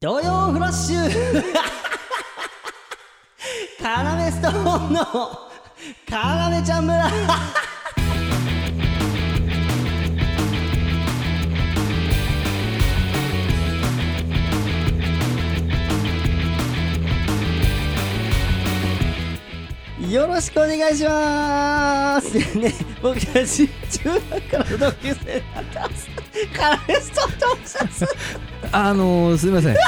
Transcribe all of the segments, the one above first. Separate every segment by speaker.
Speaker 1: 東洋フラッシュカラメストーンのカラメちゃん村よろしくお願いします。ね、僕たち中学からの同級生だったんです。カラメストーンと申します。
Speaker 2: あのー、すいませ ん
Speaker 1: は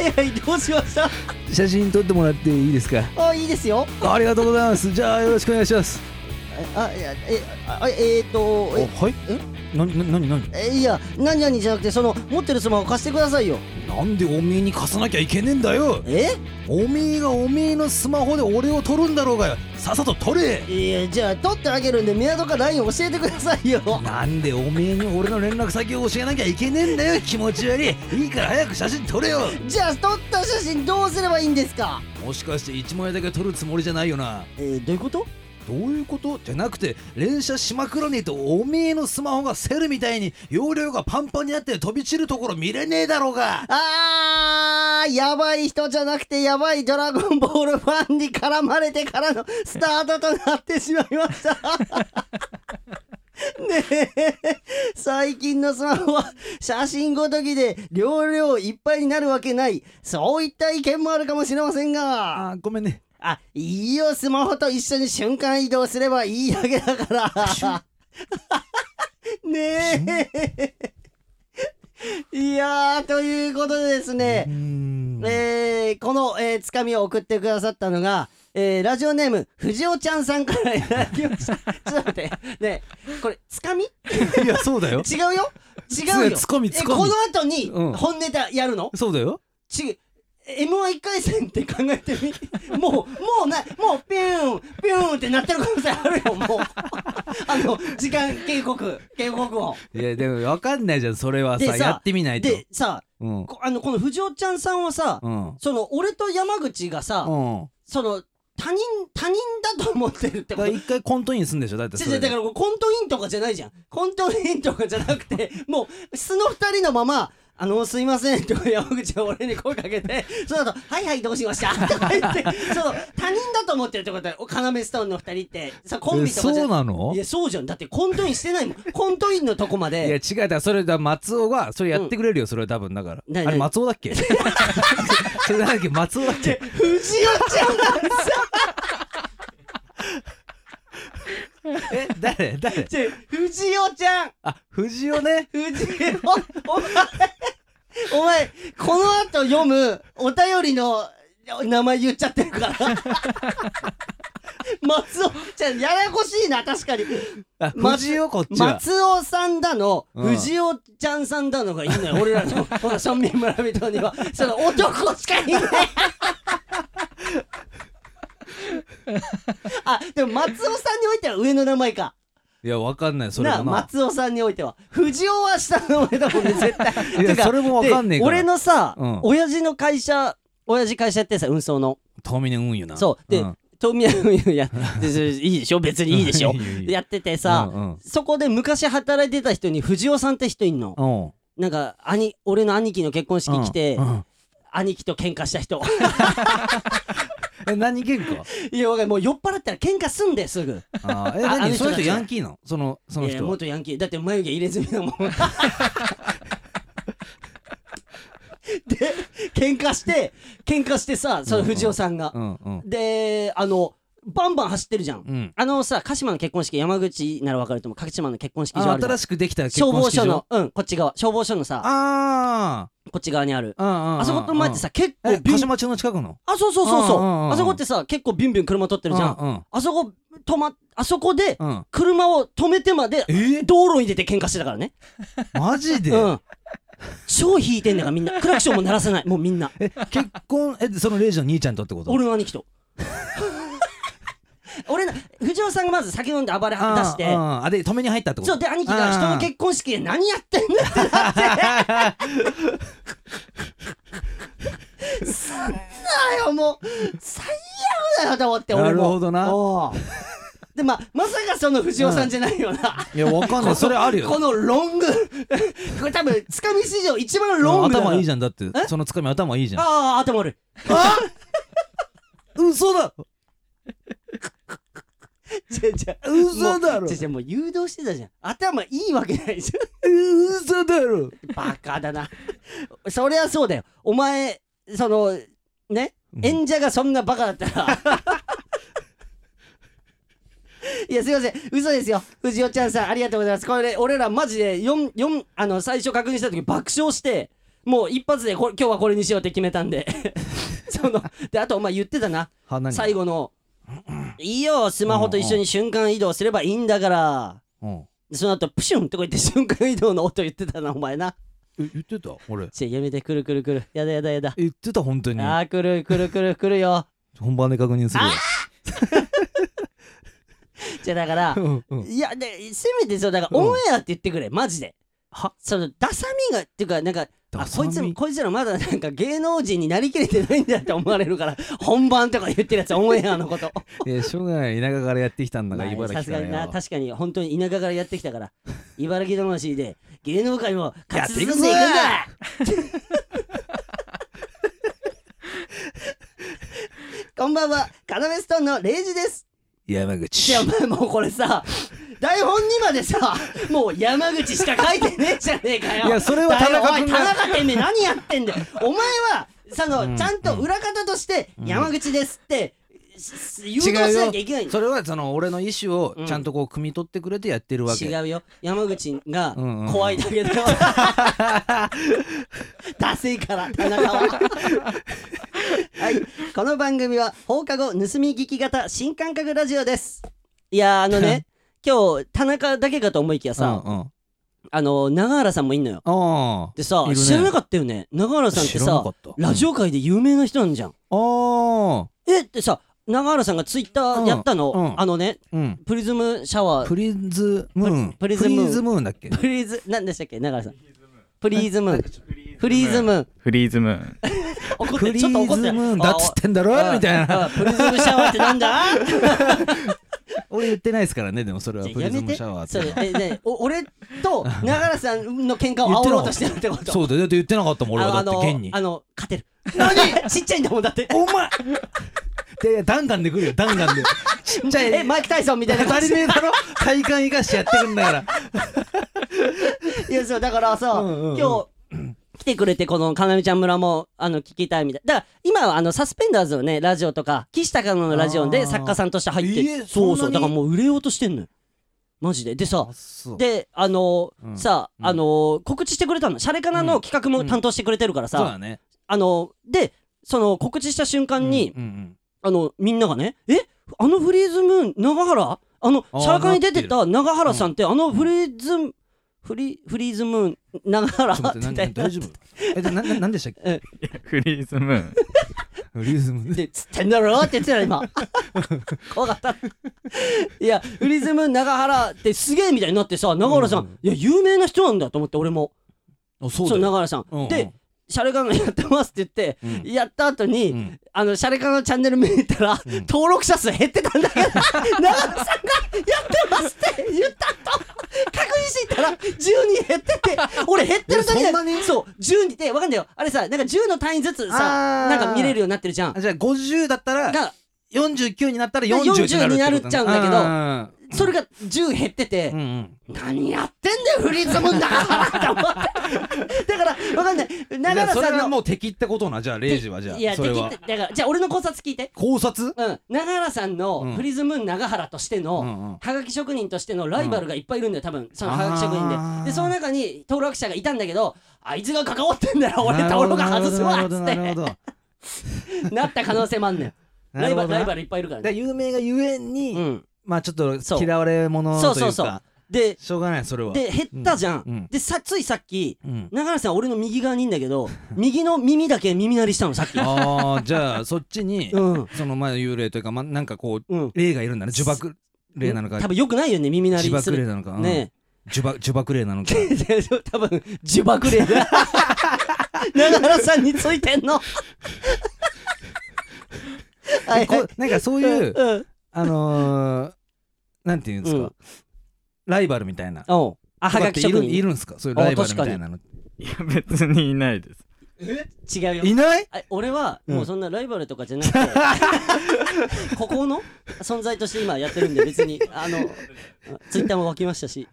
Speaker 1: いはい、どうしました
Speaker 2: 写真撮ってもらっていいですか
Speaker 1: あ、いいですよ。
Speaker 2: ありがとうございますじゃあよろしくお願いします
Speaker 1: あ、いや、え、あ、えー、っと、え、
Speaker 2: はいなになになに
Speaker 1: えいや、何々じゃなくて、その、持ってるスマホ貸してくださいよ。
Speaker 2: なんでおめえに貸さなきゃいけねえんだよ
Speaker 1: え
Speaker 2: おめえがおめえのスマホで俺を撮るんだろうがよさっさと撮れ
Speaker 1: いや、じゃあ、取ってあげるんで、港か LINE 教えてくださいよ。
Speaker 2: なんでおめえに俺の連絡先を教えなきゃいけねえんだよ気持ち悪いいいから早く写真撮れよ
Speaker 1: じゃあ、撮った写真どうすればいいんですか
Speaker 2: もしかして1枚だけ撮るつもりじゃないよな
Speaker 1: えー、どういうこと
Speaker 2: どういうことじゃなくて連写しまくらねえとおめえのスマホがセルみたいに容量がパンパンになって飛び散るところ見れねえだろうが
Speaker 1: あー、やばい人じゃなくて、やばいドラゴンボールファンに絡まれてからのスタートとなってしまいました。ねえ、最近のスマホは写真ごときで容量いっぱいになるわけない。そういった意見もあるかもしれませんが。
Speaker 2: あごめんね
Speaker 1: あ、いいよ、スマホと一緒に瞬間移動すればいいだけだから。ねえ。いやー、ということでです
Speaker 2: うー
Speaker 1: ね、
Speaker 2: ん
Speaker 1: えー、この、えー、つかみを送ってくださったのが、えー、ラジオネーム、藤尾ちゃんさんからいただきま した。ちょっと待って、ねえこれ、つかみ
Speaker 2: いやそうだよ
Speaker 1: 違うよ違うよ
Speaker 2: ツッコミツ
Speaker 1: え、
Speaker 2: ッコミ
Speaker 1: この後に、
Speaker 2: うん
Speaker 1: 本ネタやるの
Speaker 2: そうだよ
Speaker 1: ちぐ M11 回戦って考えてみ もうもうなもうピューンピューンってなってる可能性あるよもう あの時間警告警告音
Speaker 2: いやでも分かんないじゃんそれは
Speaker 1: で
Speaker 2: さ
Speaker 1: さ
Speaker 2: やってみないと
Speaker 1: でさ
Speaker 2: うん
Speaker 1: こあのこの藤尾ちゃんさんはさ、
Speaker 2: うんうん
Speaker 1: その俺と山口がさ、その他人他人だと思ってるって
Speaker 2: だ
Speaker 1: こ
Speaker 2: から
Speaker 1: と
Speaker 2: 一回コントインすんでしょだってそ
Speaker 1: 違う違
Speaker 2: れ
Speaker 1: うだ
Speaker 2: で
Speaker 1: からこれコントインとかじゃないじゃんコントインとかじゃなくてもう素の二人のまま「あのすいません」と山口が俺に声かけてその後はいはいどうしました」とか言ってその他人だと思ってるってことだよ要ストーンの二人ってさコン
Speaker 2: え
Speaker 1: ビとかじ
Speaker 2: そ
Speaker 1: ゃ
Speaker 2: うなの
Speaker 1: いやそうじゃんだってコントインしてないもんコントインのとこま
Speaker 2: いや違
Speaker 1: で
Speaker 2: うだからそれだ松尾がそれやってくれるよ、それは多分だから
Speaker 1: 何
Speaker 2: あれ松尾だっ けそれなんだっけ松尾だっ け
Speaker 1: 藤尾ちゃんが
Speaker 2: え誰誰
Speaker 1: ちょ藤尾ちゃん
Speaker 2: あ藤尾ね
Speaker 1: 藤井おお前お前この後読むお便りの名前言っちゃってるから 松尾じゃあややこしいな確かに
Speaker 2: あ
Speaker 1: ま
Speaker 2: 藤尾こっちは
Speaker 1: 松尾さんだの、
Speaker 2: うん
Speaker 1: 藤尾ちゃんさんだのがいいの よ俺らのこの村民村人にはその男しかいない あでも松尾さんにおいては上の名前か
Speaker 2: いやわかんないそれ
Speaker 1: な
Speaker 2: も
Speaker 1: あ
Speaker 2: な
Speaker 1: 松尾さんにおいては藤尾は下の俺だもんね絶対
Speaker 2: いや
Speaker 1: てか
Speaker 2: それもわかんねえから
Speaker 1: で俺のさ、
Speaker 2: うん
Speaker 1: 親父の会社親父会社やってさ運送の
Speaker 2: 遠峰運よな
Speaker 1: そうで、
Speaker 2: ん
Speaker 1: 東宮運輸やでそれいいでしょ別にいいでしょ
Speaker 2: いいよいいよ
Speaker 1: やっててさ、
Speaker 2: うんうん
Speaker 1: そこで昔働いてた人に藤尾さんって人いんの
Speaker 2: うん
Speaker 1: なんか兄俺の兄貴の結婚式来て、
Speaker 2: うんうん
Speaker 1: 兄貴と喧嘩した人
Speaker 2: え何喧嘩
Speaker 1: いやわかるもう酔っ払ったら喧嘩すんですぐ
Speaker 2: あーえ
Speaker 1: ああの
Speaker 2: 何
Speaker 1: 人
Speaker 2: その
Speaker 1: たち
Speaker 2: 人ヤンキーなのそのその
Speaker 1: いや
Speaker 2: 人は
Speaker 1: 元ヤンキーだって眉毛入れ墨だもん で喧嘩して喧嘩してさその藤尾さんが、
Speaker 2: うんうん
Speaker 1: であのバンバン走ってるじゃん、
Speaker 2: うん
Speaker 1: あのさ鹿島の結婚式山口ならわかると思う鹿島の結婚式場あ
Speaker 2: あ
Speaker 1: るじゃん
Speaker 2: 新しくできた結
Speaker 1: 消
Speaker 2: 婚
Speaker 1: 防
Speaker 2: 式場
Speaker 1: 署のうんこっち側消防署のさ
Speaker 2: あ
Speaker 1: こっち側にある
Speaker 2: ああ
Speaker 1: あそこと前ってさ結構
Speaker 2: え
Speaker 1: ビ
Speaker 2: 鹿
Speaker 1: ン
Speaker 2: 島町の近くの
Speaker 1: あそうそうそうそう
Speaker 2: うんうんうんうん
Speaker 1: あそこってさ結構ビュンビュン車通ってるじゃん
Speaker 2: うん
Speaker 1: あそこ止まあそこで
Speaker 2: うんうん
Speaker 1: 車を止めてまで
Speaker 2: え
Speaker 1: 道路に出て喧嘩してたからね
Speaker 2: マジで
Speaker 1: うん、超引いてんだからみんなクラクションも鳴らせ ないもうみんな
Speaker 2: え結婚えそのレイジの兄ちゃんとってこと
Speaker 1: 俺の兄貴 と俺の藤尾さんがまず酒飲んで暴れ出
Speaker 2: あー
Speaker 1: して
Speaker 2: あーあで止めに入ったってこと
Speaker 1: そうで兄貴が人の結婚式で何やってんだってなってそんなよもう最悪だよと思って
Speaker 2: な
Speaker 1: 俺も
Speaker 2: るほどな
Speaker 1: おうでまあまさかその藤尾さんじゃないよ な、
Speaker 2: いやわかんないそれあるよ
Speaker 1: このロング これ多分つかみ史上一番ロングだ
Speaker 2: 頭いい
Speaker 1: ゃん
Speaker 2: じゃんだって
Speaker 1: え
Speaker 2: そのつかみ頭いいじゃん
Speaker 1: ああ頭悪い
Speaker 2: あ嘘だ
Speaker 1: じゃじゃ
Speaker 2: 嘘だろ
Speaker 1: じゃじゃもう誘導してたじゃん頭いいわけないじ
Speaker 2: 嘘だろ
Speaker 1: ゃんバカだなそりゃそうだよお前そのね
Speaker 2: うん
Speaker 1: 演者がそんなバカだった らいやすいません嘘ですよ藤尾ちゃんさんありがとうございますこれ俺らマジで四四あの最初確認した時爆笑してもう一発でこれ今日はこれにしようって決めたん でそのであとお前言ってたな
Speaker 2: は何
Speaker 1: 最後の「いいよスマホと一緒に瞬間移動すればいいんだから」
Speaker 2: うん
Speaker 1: でその後プシュンとか言って瞬間移動の音言ってたなお前な
Speaker 2: え言ってた俺
Speaker 1: ちょやめてくるくるくるやだやだやだ
Speaker 2: 言ってた本当に
Speaker 1: あーくるくるくるくるよ
Speaker 2: 本番で確認するわ
Speaker 1: じゃだから
Speaker 2: うんうん
Speaker 1: いやでせめてそうだから
Speaker 2: うん
Speaker 1: オンエアって言ってくれマジで
Speaker 2: は
Speaker 1: そのダサみがっていうかなんかあ
Speaker 2: ダサ
Speaker 1: こい
Speaker 2: み
Speaker 1: つこいつらまだなんか芸能人になりきれてないんだって思われるから本番とか言ってるやつオンエアのこと
Speaker 2: いやしょうがない田舎からやってきたんだか
Speaker 1: ま
Speaker 2: ら
Speaker 1: あ
Speaker 2: 茨城
Speaker 1: さすがに
Speaker 2: から
Speaker 1: な
Speaker 2: よ
Speaker 1: 確かに本当に田舎からやってきた から茨城魂で芸能界も
Speaker 2: やっ
Speaker 1: 勝
Speaker 2: て
Speaker 1: ち
Speaker 2: いく
Speaker 1: 進
Speaker 2: ぞ
Speaker 1: んでいくんだ こんばんはカナメストーンのレイジです
Speaker 2: 山
Speaker 1: い
Speaker 2: 口
Speaker 1: やお前もうこれさ台本にまでさもう山口しか書いてねえじゃねえかよ
Speaker 2: いやそれは田中君が
Speaker 1: おい田中てめえ何やってんだよお前はその、
Speaker 2: うん
Speaker 1: ちゃんと裏方として
Speaker 2: うん
Speaker 1: 山口ですって、す誘導し
Speaker 2: 違うよ
Speaker 1: なきゃいけないんだよ
Speaker 2: それはその俺の意思をちゃんとこう汲み取ってくれてやってるわけ、
Speaker 1: 違うよ山口が
Speaker 2: うんうんうん
Speaker 1: 怖いだ けだよダセいから田中ははいこの番組は放課後盗み聞き型新感覚ラジオですいやーあの ね今日田中だけかと思いきやさ、
Speaker 2: うんうん
Speaker 1: あの永原さんもいんのよ
Speaker 2: あ
Speaker 1: でさ、
Speaker 2: いるね
Speaker 1: 知らなかったよね永原
Speaker 2: あ
Speaker 1: さんって
Speaker 2: 知らなか
Speaker 1: さ
Speaker 2: った
Speaker 1: ラジ
Speaker 2: オ
Speaker 1: オ界で有名な人なんじゃん
Speaker 2: あ
Speaker 1: えってさ永原さんがツイッターやったの、
Speaker 2: うんうん
Speaker 1: あのね
Speaker 2: あうん
Speaker 1: プリズムシャワー
Speaker 2: プリズムーン
Speaker 1: プリズムーン
Speaker 2: ムーンだっけ
Speaker 1: プリーズ、何でしたっけ、永原さん。プリーズムーン。プリーズムーン。
Speaker 3: フリーズムーン。
Speaker 1: 怒っ
Speaker 2: プ
Speaker 1: て
Speaker 2: リ
Speaker 1: る、ち
Speaker 2: ズ
Speaker 1: ょっ
Speaker 2: ム
Speaker 1: と怒ってる。
Speaker 2: ーンだっつってんだろ
Speaker 1: ああ
Speaker 2: みたい
Speaker 1: あ
Speaker 2: な
Speaker 1: あプリズムシャワーってなんだ
Speaker 2: 俺言ってないですからねでもそれはプ
Speaker 1: や
Speaker 2: リズ
Speaker 1: め
Speaker 2: ム
Speaker 1: て。
Speaker 2: シャワーっ
Speaker 1: そ
Speaker 2: て
Speaker 1: う
Speaker 2: いうのは
Speaker 1: えねお俺と永原さんの喧嘩を煽ろうとしてるってこと。
Speaker 2: そうだよだって言ってなかったもん俺は
Speaker 1: あ
Speaker 2: だっ
Speaker 1: の
Speaker 2: て現に
Speaker 1: あの、勝てる。何ちっちゃいんだもん、だ って。
Speaker 2: お前いやいや弾丸で来るよ弾丸でちっちゃい
Speaker 1: え、マイク・タイソンみたいな
Speaker 2: 当た
Speaker 1: 感
Speaker 2: り
Speaker 1: じ
Speaker 2: 前だろ体幹生かしてやってるんだから
Speaker 1: いやそうだからさ、
Speaker 2: うんうんうん
Speaker 1: 今日来てくれてこのかなみちゃん村もあの聞きたいみたいだから今はあのサスペンダーズのねラジオとか岸高野のラジオ
Speaker 2: あ
Speaker 1: で
Speaker 2: ー
Speaker 1: 作家さんとして入って、
Speaker 2: ええ
Speaker 1: そうそ
Speaker 2: そんなに
Speaker 1: うだからもう売れようとしてんのよマジででさ
Speaker 2: そう
Speaker 1: であの
Speaker 2: うん
Speaker 1: さ、
Speaker 2: うん
Speaker 1: あの告知してくれたのシャレかなの企画も担当してくれてるからさ、
Speaker 2: そうだね
Speaker 1: あのでその告知した瞬間に、
Speaker 2: うんうんうん
Speaker 1: あのみんながね「えあのフリーズムーン永原あの
Speaker 2: あー
Speaker 1: シャラカに出てた永原さんって、あのフリーズムフリフリーズムーン永原」
Speaker 2: ちょっと待っ
Speaker 1: みた
Speaker 2: てないん大
Speaker 1: な
Speaker 2: 丈夫えでなななんでしたっけ
Speaker 3: フリーズムーン。
Speaker 2: フリズム
Speaker 1: でつってんだろって言ってたら 今怖かったいやフリーズムーン永原ってすげえみたいになってさ永原さん、
Speaker 2: うん
Speaker 1: いや有名な人なんだと思って俺も
Speaker 2: あ
Speaker 1: そ
Speaker 2: そううだよ
Speaker 1: 永原さん、
Speaker 2: うんうん
Speaker 1: でシャレカナやってますって言って、
Speaker 2: うん
Speaker 1: やった後に、
Speaker 2: うん
Speaker 1: あのシャレカナチャンネル見に行ったら、
Speaker 2: ん
Speaker 1: 登録者数減ってたんだ けど長野さんがやってますって言ったと確認していったら10人減ってて俺減ってる時
Speaker 2: えそん
Speaker 1: だ
Speaker 2: なに
Speaker 1: そう10人でわかんないよあれさなんか10の単位ずつさ
Speaker 2: あー
Speaker 1: なんか見れるようになってるじゃん
Speaker 2: あじゃあ50だったら
Speaker 1: が
Speaker 2: 49になったら40になるって
Speaker 1: 40にな
Speaker 2: ことね
Speaker 1: っちゃうんだけど
Speaker 2: あ
Speaker 1: それが10減ってて、
Speaker 2: ーうんうん
Speaker 1: 何やってんだよフリーズムんだからって思ってだからわかんない
Speaker 2: じゃ
Speaker 1: 長
Speaker 2: あ
Speaker 1: 野
Speaker 2: それ
Speaker 1: さん
Speaker 2: は
Speaker 1: の
Speaker 2: もう敵ってことなじゃあレイジはじゃあ
Speaker 1: いや
Speaker 2: そ
Speaker 1: で
Speaker 2: れ
Speaker 1: き
Speaker 2: は
Speaker 1: てだからじゃあ俺の考察聞いて
Speaker 2: 考察
Speaker 1: うん永原さん
Speaker 2: うん
Speaker 1: のフリーズムーン永原としての、
Speaker 2: うんうん
Speaker 1: はがき職人としてのライバルがいっぱいいるんだよ多分そのはがき職
Speaker 2: あ
Speaker 1: 人
Speaker 2: ー
Speaker 1: ででその中に登録者がいたんだけどあいつが関わってんだよ俺
Speaker 2: なる
Speaker 1: 登
Speaker 2: ほど
Speaker 1: 録外すわっつっ
Speaker 2: なるほ
Speaker 1: て
Speaker 2: どなる
Speaker 1: なった可能性もあんのよ
Speaker 2: ほど
Speaker 1: ライバル
Speaker 2: なるほどな
Speaker 1: ライバルいっぱいいるから
Speaker 2: だから
Speaker 1: ね
Speaker 2: 有名がゆえに、
Speaker 1: うん
Speaker 2: まあちょっと
Speaker 1: そう
Speaker 2: 嫌われ者という
Speaker 1: そ
Speaker 2: か
Speaker 1: うそうそうで
Speaker 2: しょうがないそれは
Speaker 1: で減ったじゃん、
Speaker 2: うんうん
Speaker 1: でさついさっき
Speaker 2: うん、
Speaker 1: 長原さん俺の右側にいんだけど 右の耳だけ耳鳴りしたのさっ き
Speaker 2: ああじゃあそっちに、
Speaker 1: うん
Speaker 2: そのまあ幽霊というか、まあ、なんかこう
Speaker 1: うん
Speaker 2: 霊がいるんだね呪縛霊なのか
Speaker 1: 多分よくないよね耳鳴
Speaker 2: 自
Speaker 1: りす
Speaker 2: 爆霊
Speaker 1: る
Speaker 2: なのか、うん
Speaker 1: ね
Speaker 2: 呪縛呪縛霊なのか
Speaker 1: え多分呪縛霊だ 長原さんについて んのはい、はい
Speaker 2: こうなんかそういう
Speaker 1: うん
Speaker 2: あのーなんていうんですか、
Speaker 1: うん
Speaker 2: ライバルみたいな
Speaker 1: おうあは
Speaker 2: とか
Speaker 1: が
Speaker 2: って
Speaker 1: き
Speaker 2: い
Speaker 1: 職
Speaker 2: るい
Speaker 1: 人
Speaker 2: るんですかそういうライバルみたいなの
Speaker 3: いや別にいないです
Speaker 1: 違うよ
Speaker 2: いない
Speaker 1: あ俺は
Speaker 2: うん
Speaker 1: もうそんなライバルとかじゃ なくて、ここの存在として今やってるんで別にあ のツイッターも湧きましたし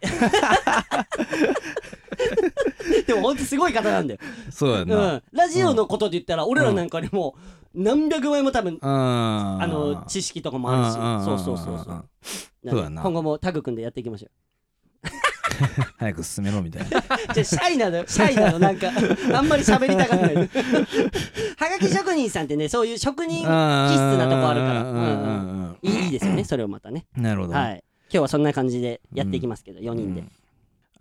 Speaker 1: でもほんとすごい方なんだよ、
Speaker 2: そうや
Speaker 1: うん
Speaker 2: な、
Speaker 1: ん、ラジオのことで言ったら俺らなんかにも何百倍も多分
Speaker 2: あ
Speaker 1: あの知識とかもあるしそうそうそうそう
Speaker 2: う
Speaker 1: なん
Speaker 2: そう
Speaker 1: で
Speaker 2: だな
Speaker 1: 今後もタグ組んでやっていきましょ
Speaker 2: 早く進めろ みたいな
Speaker 1: うじゃあシャイなのよシャイなのなんかあんまり喋りたがらないはがき職人さんってねそういう職人気質なとこあるから、
Speaker 2: う
Speaker 1: うん
Speaker 2: うん
Speaker 1: うん
Speaker 2: んうん
Speaker 1: いいいいですよね、それをまたね。
Speaker 2: なるほど、
Speaker 1: はい。今日はそんな感じでやっていきますけど、4人で
Speaker 2: う。ん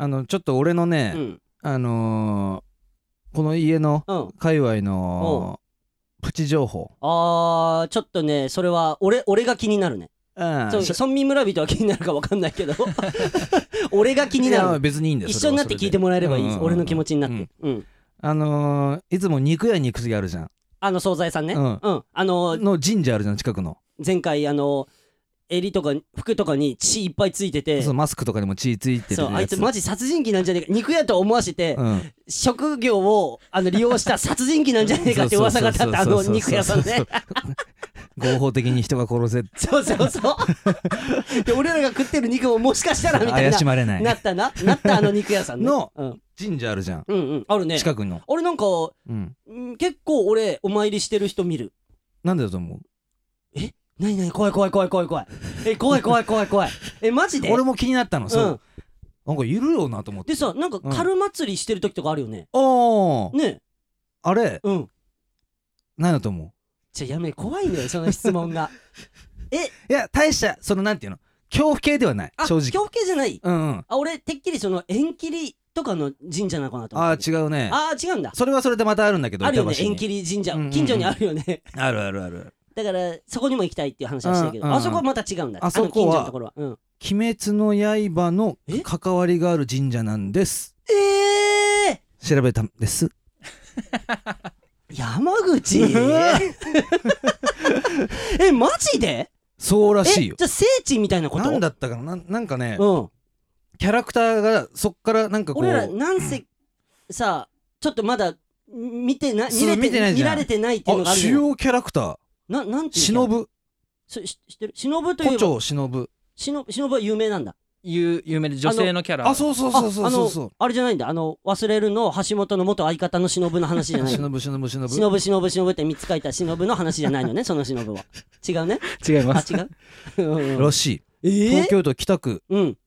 Speaker 2: あのちょっと俺のね、
Speaker 1: うん。
Speaker 2: あのーこの家の
Speaker 1: うん。
Speaker 2: 界隈のプチ情報
Speaker 1: あー、ちょっとね、それは、俺、俺が気になるね。
Speaker 2: うん
Speaker 1: そう、
Speaker 2: し
Speaker 1: 村民村人は気になるか分かんないけど、俺が気にない
Speaker 2: や
Speaker 1: る。
Speaker 2: 別にいいんだよ
Speaker 1: 一緒になって聞いてもらえればいいです。俺の気持
Speaker 2: ち
Speaker 1: ちになって。うん。
Speaker 2: あのーいつも肉屋肉屋あるじゃん
Speaker 1: あの、惣菜さんね。
Speaker 2: う
Speaker 1: うんん。あの、
Speaker 2: の神社あるじゃん近くの
Speaker 1: 前回、あの、襟とか服とかに血いっぱいついてて
Speaker 2: そ、うマスクとかにも血ついてるやつ
Speaker 1: そう、あいつマジ殺人鬼なんじゃねえか。肉屋と思わせて
Speaker 2: う、ん
Speaker 1: 職業をあの利用した殺人鬼なんじゃねえかって噂が立ったあ
Speaker 2: そう
Speaker 1: の
Speaker 2: そうそうそう
Speaker 1: 肉屋さんね。
Speaker 2: 合法的に人が殺せ
Speaker 1: そうそうそう。で、俺らが食ってる肉ももしかしたらみたい
Speaker 2: 怪
Speaker 1: な
Speaker 2: し。まれな
Speaker 1: ないったな。なったあの肉屋さんね。
Speaker 2: の
Speaker 1: うん、
Speaker 2: 神社あるじゃん
Speaker 1: うんうん。あるね。
Speaker 2: 近くの
Speaker 1: 俺なんか、
Speaker 2: うん
Speaker 1: うん結構俺、お参りしてる人見る。
Speaker 2: なんでだと思う
Speaker 1: なになに怖い怖い怖い怖い怖い。え、怖い怖い怖い怖い。え、マジで。
Speaker 2: 俺も気になったのそううんなんかいるよなと思って
Speaker 1: でさ、なんか
Speaker 2: うん
Speaker 1: 春祭りしてる時とかあるよね。
Speaker 2: おー
Speaker 1: ね
Speaker 2: あれ
Speaker 1: うん。
Speaker 2: 何だと思
Speaker 1: じゃ、やめ、怖いのよ、その質問が。
Speaker 2: ういや大したそのなんていうの恐怖系ではない
Speaker 1: あ、
Speaker 2: 正
Speaker 1: 恐
Speaker 2: 直
Speaker 1: 怖系じゃない。
Speaker 2: うんうん
Speaker 1: あ、俺、てっきりその縁切りとかの神社なのかなと思
Speaker 2: あ
Speaker 1: っ
Speaker 2: あ
Speaker 1: て。
Speaker 2: 違うね
Speaker 1: あー違うんだ。
Speaker 2: それはそれでまたあるんだけど
Speaker 1: あるよね、
Speaker 2: 板橋に
Speaker 1: 縁切り神社
Speaker 2: うんうんう。ん
Speaker 1: 近所にあるよね。
Speaker 2: あるあるある
Speaker 1: だからそこにも行きたいっていう話はしたけど、
Speaker 2: うんうんうん
Speaker 1: あそこはまた違うんだ
Speaker 2: あ
Speaker 1: あ
Speaker 2: そこは
Speaker 1: の近所のところは、うん、
Speaker 2: 鬼滅の刃の
Speaker 1: え
Speaker 2: 関わりがある神社なんです
Speaker 1: え
Speaker 2: 調べたんです
Speaker 1: ー、山口 えマジで
Speaker 2: そうら
Speaker 1: え
Speaker 2: しい
Speaker 1: じ
Speaker 2: よ
Speaker 1: ゃあ聖地みたいなこと
Speaker 2: なんだったかななんなんかね
Speaker 1: うん、
Speaker 2: キャラクターがそっからなんかこ
Speaker 1: 俺ら
Speaker 2: う
Speaker 1: なんせさちょっとまだ見てな
Speaker 2: そう
Speaker 1: 見れて
Speaker 2: 見てないじゃん
Speaker 1: られてないっていうのが
Speaker 2: あ
Speaker 1: ある
Speaker 2: 主
Speaker 1: じゃん
Speaker 2: 要キャラクター
Speaker 1: ななんていうの
Speaker 2: 忍
Speaker 1: そし知ってる忍ぶとい
Speaker 2: 胡
Speaker 1: えば
Speaker 2: 蝶忍
Speaker 1: 忍忍ぶは有名なんだ
Speaker 4: 有有名で女性のキャラ
Speaker 2: あそうそうそうそうそうそ
Speaker 1: あ
Speaker 2: う
Speaker 1: あのあれじゃないんだあの忘れるの橋本の元相方の忍ぶの話じゃないんだ
Speaker 2: 忍忍
Speaker 1: 忍
Speaker 2: 忍
Speaker 1: ぶ忍ぶ忍ぶって3つ書いた忍ぶの話じゃないのね その忍ぶは違うね
Speaker 3: 違い
Speaker 1: あ違 ううんうん
Speaker 2: らしい
Speaker 1: えー
Speaker 2: 東京都北区
Speaker 1: うん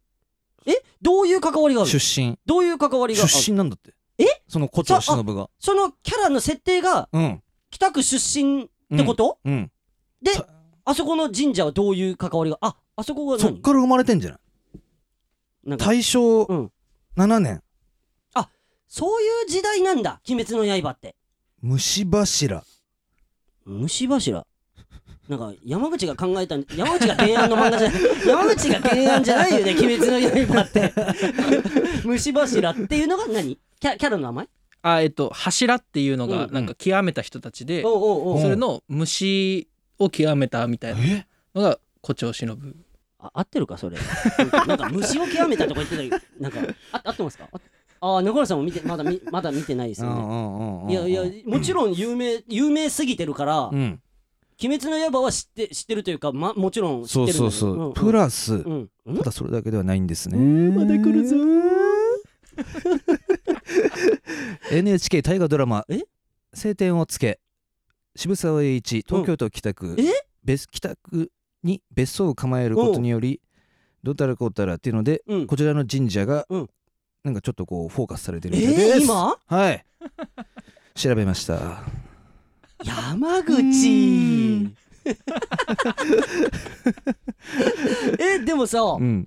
Speaker 1: えどういう関わりがあ
Speaker 2: 出
Speaker 1: る
Speaker 2: 身
Speaker 1: どういう関わりがある
Speaker 2: 出身なんだって
Speaker 1: え
Speaker 2: その胡蝶忍が
Speaker 1: そのキャラの設定が
Speaker 2: うん
Speaker 1: 北区出身ってこと、
Speaker 2: うん
Speaker 1: で
Speaker 2: た
Speaker 1: あそこの神社はどういう関わりがああそこが
Speaker 2: そっ
Speaker 1: 何
Speaker 2: から生まれてんじゃない
Speaker 1: なんか
Speaker 2: 大正
Speaker 1: うん
Speaker 2: 7年
Speaker 1: そういう時代なんだ鬼滅の刃って
Speaker 2: 虫柱
Speaker 1: 虫柱なんか山口が考えたん山口が提案の漫画 じゃない山口が提案じゃないよね鬼滅の刃って虫柱っていうのが何キャキャラの名前
Speaker 4: あえっと柱っていうの
Speaker 1: う
Speaker 4: が
Speaker 1: ん
Speaker 4: なんか極めた人たちで、
Speaker 1: おうおうおう
Speaker 4: それの虫を極めたみたいな
Speaker 2: え
Speaker 4: のが胡蝶忍ぶ
Speaker 1: あ合ってるかそれなんか虫を極めたとか言ってたけどなんかあ合ってますかああー中原さんも見てまだ見まだ見てないです
Speaker 2: うん
Speaker 1: よ
Speaker 2: う
Speaker 1: ね
Speaker 2: んうんうん
Speaker 1: いやいやもちろん有名有名すぎてるから「
Speaker 2: うん
Speaker 1: 鬼滅の刃」は知って知ってるというか、ま、もちろん知
Speaker 2: そ
Speaker 1: っ
Speaker 2: う
Speaker 1: てるんだけど
Speaker 2: そうそ
Speaker 1: んん
Speaker 2: うプラス
Speaker 1: うんうん
Speaker 2: ただそれだけではないんですね
Speaker 1: また来るぞ
Speaker 2: NHK 大河ドラマ
Speaker 1: え
Speaker 2: 「晴天をつけ」渋沢栄一東京都北区、
Speaker 1: え
Speaker 2: 別北区に別荘を構えることによりどうたらこうたらっていうので、
Speaker 1: うん
Speaker 2: こちらの神社が、
Speaker 1: うん
Speaker 2: なんかちょっとこうフォーカスされてるみたいです
Speaker 1: え、ー、今
Speaker 2: はい 調べました
Speaker 1: 山
Speaker 2: うー
Speaker 1: 口えでもさ、
Speaker 2: うん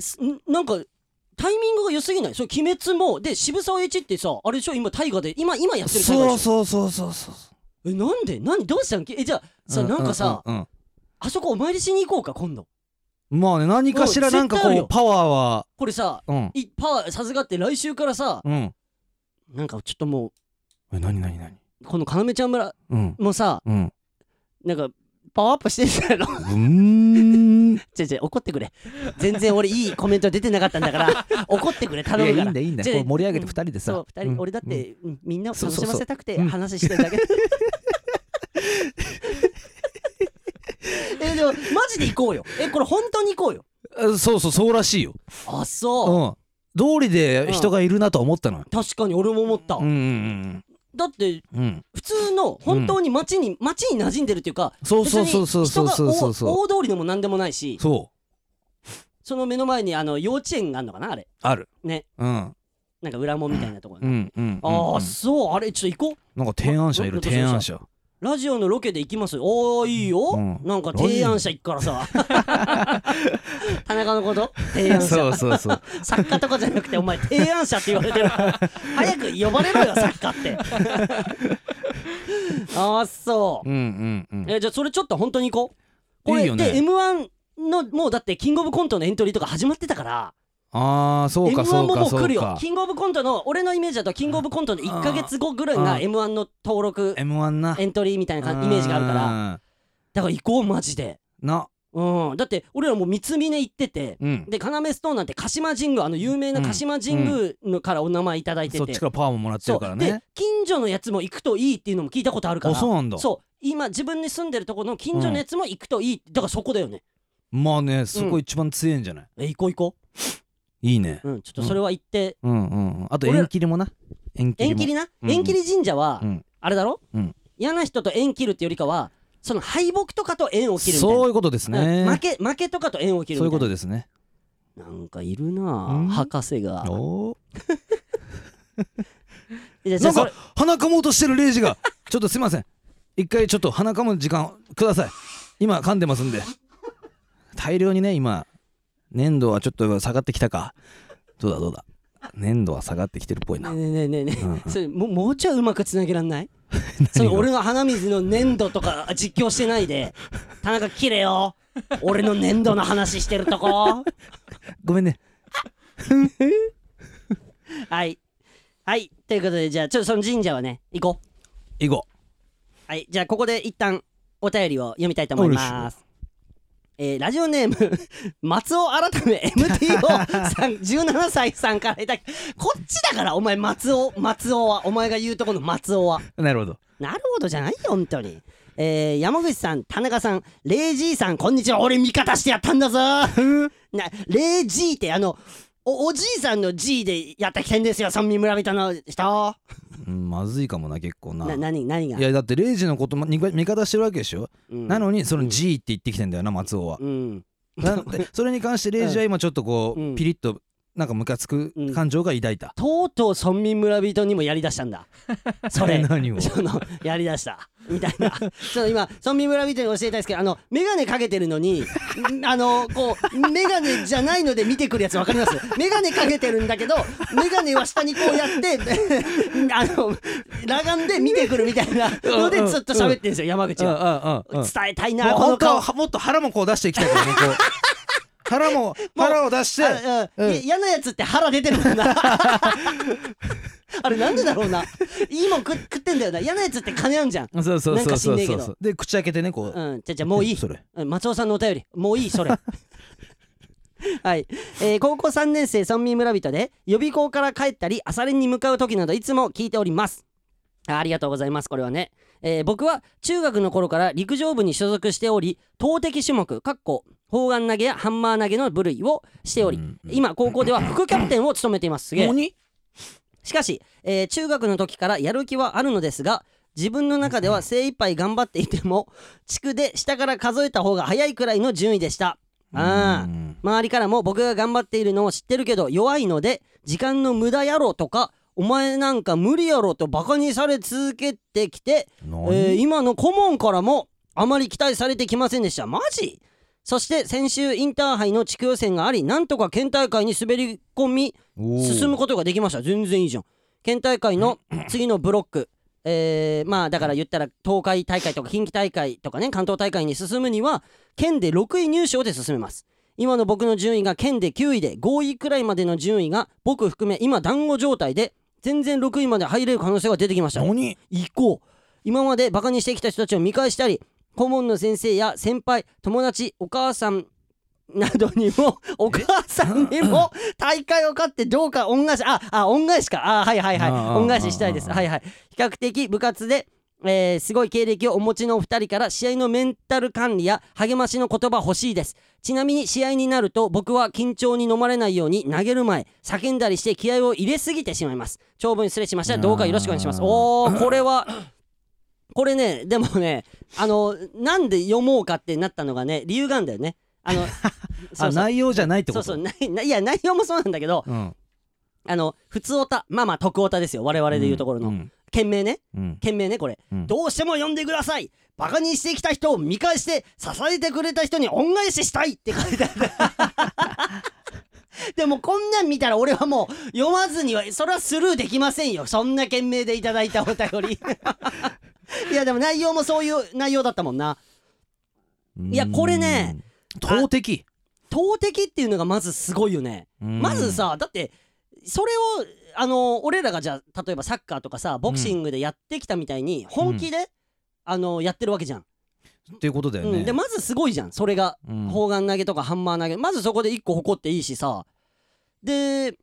Speaker 1: すんなんかタイミングが良すぎないそれ鬼滅もで渋沢栄一ってさあれでしょ今大河で今今やってる大河でし
Speaker 2: そ
Speaker 1: ょ
Speaker 2: うそうそうそうそう
Speaker 1: えなんで何どうしたんけえじゃあさ、
Speaker 2: う
Speaker 1: なんかさ、
Speaker 2: うんうん
Speaker 1: あそこお参りしに行こうか今度
Speaker 2: うんまあね何かしら
Speaker 1: うん
Speaker 2: なんか
Speaker 1: 絶対ある
Speaker 2: こう
Speaker 1: よ
Speaker 2: パワーは
Speaker 1: これさ
Speaker 2: うん
Speaker 1: いパワーさすがって来週からさ
Speaker 2: うん
Speaker 1: なんかちょっとも
Speaker 2: え何何何
Speaker 1: うこの要ちゃん村
Speaker 2: うん
Speaker 1: もさ
Speaker 2: うん
Speaker 1: なんかパワーアップしてんじゃないの
Speaker 2: うーん
Speaker 1: 違う違う怒ってくれ全然俺いいコメント出てなかったんだから 怒ってくれ頼むか
Speaker 2: いやいい
Speaker 1: ら
Speaker 2: んだいいんだ
Speaker 1: じゃあ
Speaker 2: こう盛り上げて二人でさ
Speaker 1: そう二人、俺だって、うんみんなを
Speaker 2: そう
Speaker 1: 楽
Speaker 2: そうそう
Speaker 1: しませたくて話してるだけ えでもマジで行こうよえこれ本当に行こうよ
Speaker 2: うんそうそうそうらしいよ
Speaker 1: あそう、
Speaker 2: うん道理で人がいるなとは思ったのよ
Speaker 1: 確かに俺も思った、
Speaker 2: うんうん
Speaker 1: だって
Speaker 2: うんうん
Speaker 1: 普通の本当に街に、街に馴染んでるっていうか
Speaker 2: そうそうそうそう
Speaker 1: 別
Speaker 2: そう
Speaker 1: に
Speaker 2: そ
Speaker 1: 人
Speaker 2: うそ
Speaker 1: が
Speaker 2: う
Speaker 1: 大大通りでも何でもないし
Speaker 2: そう
Speaker 1: その目の前にあの幼稚園があるのかなあれ
Speaker 2: ある
Speaker 1: ね
Speaker 2: うん
Speaker 1: なんか裏門みたいなところ、
Speaker 2: うんうん
Speaker 1: あ
Speaker 2: う
Speaker 1: あ
Speaker 2: ん
Speaker 1: そうあれちょっと行こ
Speaker 2: なんか提案者い
Speaker 1: ロ
Speaker 2: る
Speaker 1: ロ
Speaker 2: 提案者
Speaker 1: うラジオのロケで行きますおーいいよ、
Speaker 2: うん
Speaker 1: なんか提案者行くからさ 田中のこと提案者
Speaker 2: そうそうそう
Speaker 1: 作家とかじゃなくてお前提案者って言われ てる早く呼ばれろよ作家ってああそう
Speaker 2: うんうんうん
Speaker 1: えじゃあそれちょっと本当に行こうこれ
Speaker 2: いいよね
Speaker 1: で m 1のもうだってキングオブコントのエントリーとか始まってたから
Speaker 2: ああそう
Speaker 1: m
Speaker 2: か
Speaker 1: 1
Speaker 2: そう
Speaker 1: もも
Speaker 2: か
Speaker 1: う
Speaker 2: そ
Speaker 1: 来る
Speaker 2: う
Speaker 1: よ
Speaker 2: か
Speaker 1: キングオブコントの俺のイメージだとキングオブコントの1か月後ぐらい
Speaker 2: あ
Speaker 1: が
Speaker 2: ー
Speaker 1: m 1の登録
Speaker 2: M1 な
Speaker 1: エントリーみたいな感イメージがあるから
Speaker 2: ら
Speaker 1: だから行こうマジで
Speaker 2: な
Speaker 1: うんだって俺らもう三峰行ってて
Speaker 2: うん
Speaker 1: で要ストーンなんて鹿島神宮あの有名な鹿島神宮のからお名前いただいてて、
Speaker 2: そっちからパワーももらってるから
Speaker 1: そう
Speaker 2: ね
Speaker 1: で近所のやつも行くといいっていうのも聞いたことあるから
Speaker 2: あそうなんだ
Speaker 1: そう今自分に住んでるとこの近所のやつも行くといい、だからそこだよね
Speaker 2: まあねそこ一番強いんじゃない
Speaker 1: え行こう行こ
Speaker 2: いいね
Speaker 1: ううんちょっとそれは行って、
Speaker 2: うんうんうんあと
Speaker 1: 俺ら
Speaker 2: 縁切りもな縁切り
Speaker 1: 縁
Speaker 2: も
Speaker 1: 切りな、
Speaker 2: うん
Speaker 1: 縁切り神社は、
Speaker 2: うん
Speaker 1: あれだろ、
Speaker 2: うん
Speaker 1: 嫌な人と縁切るってよりかはその敗北とかと縁を切るみたいな
Speaker 2: そういうことです
Speaker 1: うん
Speaker 2: ね
Speaker 1: 負け負けとかと縁を切る
Speaker 2: そうい
Speaker 1: み
Speaker 2: う
Speaker 1: たいな
Speaker 2: ことですね
Speaker 1: なんかいるなあ
Speaker 2: うん
Speaker 1: 博士が
Speaker 2: お
Speaker 1: じゃあじゃあ
Speaker 2: なん
Speaker 1: そ
Speaker 2: か
Speaker 1: れ
Speaker 2: 鼻かもうとしてるレイジがちょっとすいません一回ちょっと鼻かむ時間ください今噛んでますんで大量にね今粘土はちょっと下がってきたかどうだどうだ粘土は下がってきてるっぽいな
Speaker 1: ねえねえねえねえねえ、
Speaker 2: うんうん
Speaker 1: それももうちょいうまくつなげらんない その俺の鼻水の粘土とか 実況してないで田中切れよ俺の粘土の話してると こ
Speaker 2: ごめんね
Speaker 1: はいはいということでじゃあちょっとその神社はね行こう
Speaker 2: 行こ
Speaker 1: はい、じゃあここで一旦お便りを読みたいと思います。えーラジオネーム 松尾改め MTO さ ん17歳さんからいただきこっちだからお前松尾松尾はお前が言うとこの松尾は
Speaker 2: うなるほど
Speaker 1: なるほどじゃないよ本当に、えー山口さん田中さんレイジーさんこんにちは俺味方してやったんだぞなレイジーってあのおおじいさんの G でやってきてんですよ村民村人の人
Speaker 2: うんまずいかもな結構な
Speaker 1: な何何が
Speaker 2: いやだってレイジのことまに味方してるわけでしょ、
Speaker 1: うん
Speaker 2: なのにその G って言ってきてんだよな松尾は、
Speaker 1: うん
Speaker 2: なので それに関してレイジは今ちょっとこう、
Speaker 1: うん
Speaker 2: ピリッとなんかムカつく感情が抱いた、
Speaker 1: とうとう村民村人にもやりだした んだそれ
Speaker 2: 何を
Speaker 1: そのやりだしたみたいなその今村民村人に教えたいですけどあの眼鏡かけてるのにんあのこう眼鏡じゃないので見てくるやつわかります眼鏡かけてるんだけど眼鏡は下にこうやってあの裸眼で見てくるみたいなのでずっと喋ってるんですよ山口
Speaker 2: うんう
Speaker 1: は
Speaker 2: んうんうん
Speaker 1: 伝えたい
Speaker 2: も
Speaker 1: な
Speaker 2: う
Speaker 1: この
Speaker 2: 本当
Speaker 1: 顔
Speaker 2: はもっと腹もこう出していきたいからねこ う腹も腹を出して
Speaker 1: あうんいや嫌なやつって腹出てるもん なあれなんでだろうないいもん食食ってんだよな嫌なやつって金あんじゃん
Speaker 2: そうそう
Speaker 1: なん
Speaker 2: そう
Speaker 1: か知
Speaker 2: そ
Speaker 1: ん
Speaker 2: う
Speaker 1: ねえけ
Speaker 2: そ
Speaker 1: ど
Speaker 2: うで口開けてねこう、
Speaker 1: うんじゃあじゃあもういい
Speaker 2: それ
Speaker 1: うん松尾さんのお便りもういい それはい、えー高校3年生村民村人で予備校から帰ったり朝練に向かう時などいつも聞いておりますあありがとうございますこれはね、えー僕は中学の頃から陸上部に所属しており投擲種目かっこ砲丸投げやハンマー投げの部類をしており、
Speaker 2: うん
Speaker 1: 今高校では副キャプテンを務めていますすげえ
Speaker 2: に
Speaker 1: しかし、えー中学の時からやる気はあるのですが自分の中では精一杯頑張っていても地区で下から数えた方が早いくらいの順位でしたあー周りからも僕が頑張っているのを知ってるけど弱いので時間の無駄やろとかお前なんか無理やろとバカにされ続けてきてえー今の顧問からもあまり期待されてきませんでしたマジそして先週インターハイの地区予選がありなんとか県大会に滑り込み進むことができました全然いいじゃん県大会の次のブロックえーまあだから言ったら東海大会とか近畿大会とかね関東大会に進むには県で6位入賞で進めます今の僕の順位が県で9位で5位くらいまでの順位が僕含め今団子状態で全然6位まで入れる可能性が出てきました
Speaker 2: 何
Speaker 1: 行こう今までバカにしてきた人たちを見返したり顧問の先生や先輩友達お母さんなどに もお母さんにも大会を勝ってどうか恩返しああ恩返しかあはいはいはい
Speaker 2: あー
Speaker 1: 恩返ししたいです
Speaker 2: あー
Speaker 1: はいはい比較的部活で、えーすごい経歴をお持ちのお二人から試合のメンタル管理や励ましの言葉欲しいですちなみに試合になると僕は緊張に飲まれないように投げる前叫んだりして気合を入れすぎてしまいます長文失礼しましたどうかよろしくお願いします
Speaker 2: あー
Speaker 1: おーこれはこれねでもねあのなんで読もうかってなったのがね理由があるんだよねあの
Speaker 2: あ内容じゃないって
Speaker 1: そ
Speaker 2: こ
Speaker 1: う
Speaker 2: と
Speaker 1: そうないないや内容もそうなんだけど
Speaker 2: うん
Speaker 1: あの普通オタまあまあ徳オタですよ我々でいうところの、
Speaker 2: ん
Speaker 1: 件名ね
Speaker 2: うん
Speaker 1: 件名ねこれ、
Speaker 2: うん
Speaker 1: どうしても読んでくださいバカにしてきた人を見返して支えてくれた人に恩返ししたいって書い てあるでもこんなん見たら俺はもう読まずにはそれはスルーできませんよそんな件名でいただいたお便 りいやでも内容もそういう内容だったもんな
Speaker 2: うん
Speaker 1: いやこれね
Speaker 2: 投擲
Speaker 1: 投擲っていうのがまずすごいよねまずさだってそれをあの俺らがじゃあ例えばサッカーとかさボクシングでやってきたみたいに本気で、あのやってるわけじゃん、
Speaker 2: うんっていうことだよ
Speaker 1: うん、
Speaker 2: ね
Speaker 1: でまずすごいじゃんそれが、
Speaker 2: うん
Speaker 1: 砲丸投げとかハンマー投げまずそこで1個誇っていいしさで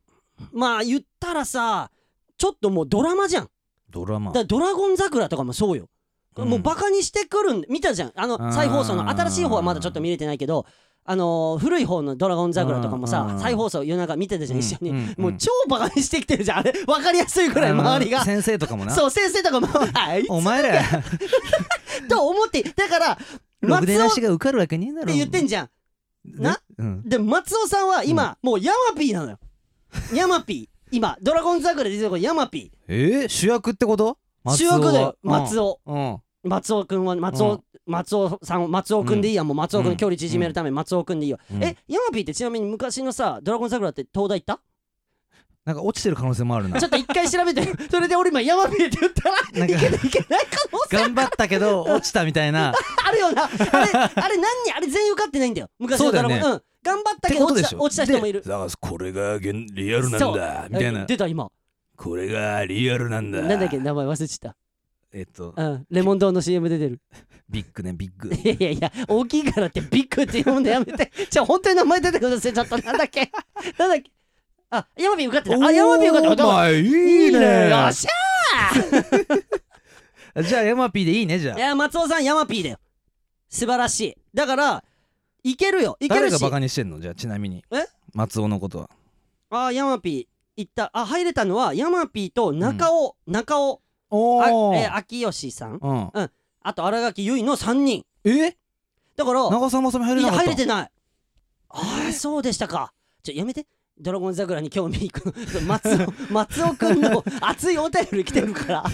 Speaker 1: まあ言ったらさちょっともうドラマじゃんだ
Speaker 2: ドラマ
Speaker 1: からドラゴン桜とかもそうよ、
Speaker 2: うん
Speaker 1: もうバカにしてくるん見たじゃんあの
Speaker 2: あー
Speaker 1: 再放送の新しい方はまだちょっと見れてないけどあのー古い方の「ドラゴン桜」とかも
Speaker 2: あ
Speaker 1: さ
Speaker 2: ー
Speaker 1: 再放送夜中見てたじゃん一緒に、
Speaker 2: んん
Speaker 1: もう超バカにしてきてるじゃんあれ分かりやすいくらい
Speaker 2: あの
Speaker 1: 周りが
Speaker 2: 先生とかもな
Speaker 1: そう先生とかも「あい
Speaker 2: お前ら
Speaker 1: つ」と思ってだから
Speaker 2: ろ
Speaker 1: 松
Speaker 2: くで
Speaker 1: 尾
Speaker 2: な
Speaker 1: っ
Speaker 2: してが受かるわけねえだろ
Speaker 1: 言ってんじゃんな
Speaker 2: うん
Speaker 1: で松尾さんは今もうヤマピーなのよヤマピー今「ドラゴン桜」で出てくるヤマピ
Speaker 2: えー主役ってこと
Speaker 1: ー主役だよ松
Speaker 2: 尾
Speaker 1: 尾
Speaker 2: は
Speaker 1: 松尾くんは松
Speaker 2: う
Speaker 1: 尾
Speaker 2: ん
Speaker 1: 松尾さん松尾くんでいいやんもう松尾く
Speaker 2: うん
Speaker 1: ん距離縮めるために松尾くんでいいよ
Speaker 2: うんうん
Speaker 1: えヤマピーってちなみに昔のさ「ドラゴン桜」って東大行 った
Speaker 2: うんなんか落ちてる可能性もあるな
Speaker 1: ちょっと一回調べてそれで俺今ヤマピーって言ったら
Speaker 2: なんか
Speaker 1: いけない可能性
Speaker 2: 頑張ったけど落ちたみたいな
Speaker 1: あるよな。あれ、あれ何人、あれ全員受かってないんだよ。昔
Speaker 2: そ
Speaker 1: の
Speaker 2: うだ
Speaker 1: ド
Speaker 2: よ
Speaker 1: ラゴ
Speaker 2: ね
Speaker 1: ン。うん。 頑張った
Speaker 2: って
Speaker 1: けど
Speaker 2: こと
Speaker 1: 落
Speaker 2: で
Speaker 1: ち
Speaker 2: し
Speaker 1: た
Speaker 2: ょ
Speaker 1: 落ちた人もいる。
Speaker 2: だからこれが現リアル
Speaker 1: そう
Speaker 2: だ
Speaker 1: え出た今。
Speaker 2: これがリアルなん
Speaker 1: なんだっけ、名前忘れちゃっ
Speaker 2: えっと
Speaker 1: た。うん。レモン堂の CM 出てる。
Speaker 2: ビッグねビッグ
Speaker 1: いやいやいや、大きいからってビッグって呼んでやめて。 じゃあ本当に名前出てください。ちょっとなんだっ け。なんだっけ。あ、ヤマビー受かって た。あ、ヤマビー受かって
Speaker 2: お
Speaker 1: た。
Speaker 2: 前いいね
Speaker 1: よっし
Speaker 2: じゃあヤマピーでいいねじゃ
Speaker 1: ゃい
Speaker 2: あ
Speaker 1: や、松尾さん、ヤマピーだよ。素晴らしい。だから、いけるよ。いけ
Speaker 2: 誰
Speaker 1: る
Speaker 2: が
Speaker 1: し
Speaker 2: バ。カにしてんのじゃあちなみに
Speaker 1: え
Speaker 2: 松尾のことは
Speaker 1: あー、ヤマピー。行った。あ、入れたのは、ヤマピーと中尾、中尾。
Speaker 2: お
Speaker 1: あ
Speaker 2: お
Speaker 1: えー、秋吉さん
Speaker 2: うん
Speaker 1: あと新垣結衣の3人
Speaker 2: え
Speaker 1: だから
Speaker 2: 長澤まさみ入れ
Speaker 1: い
Speaker 2: な
Speaker 1: や
Speaker 2: かった
Speaker 1: 入れてないああそうでしたかちょやめて「ドラゴン桜」に興味いくの松 尾松尾くんの熱いお便り来てるから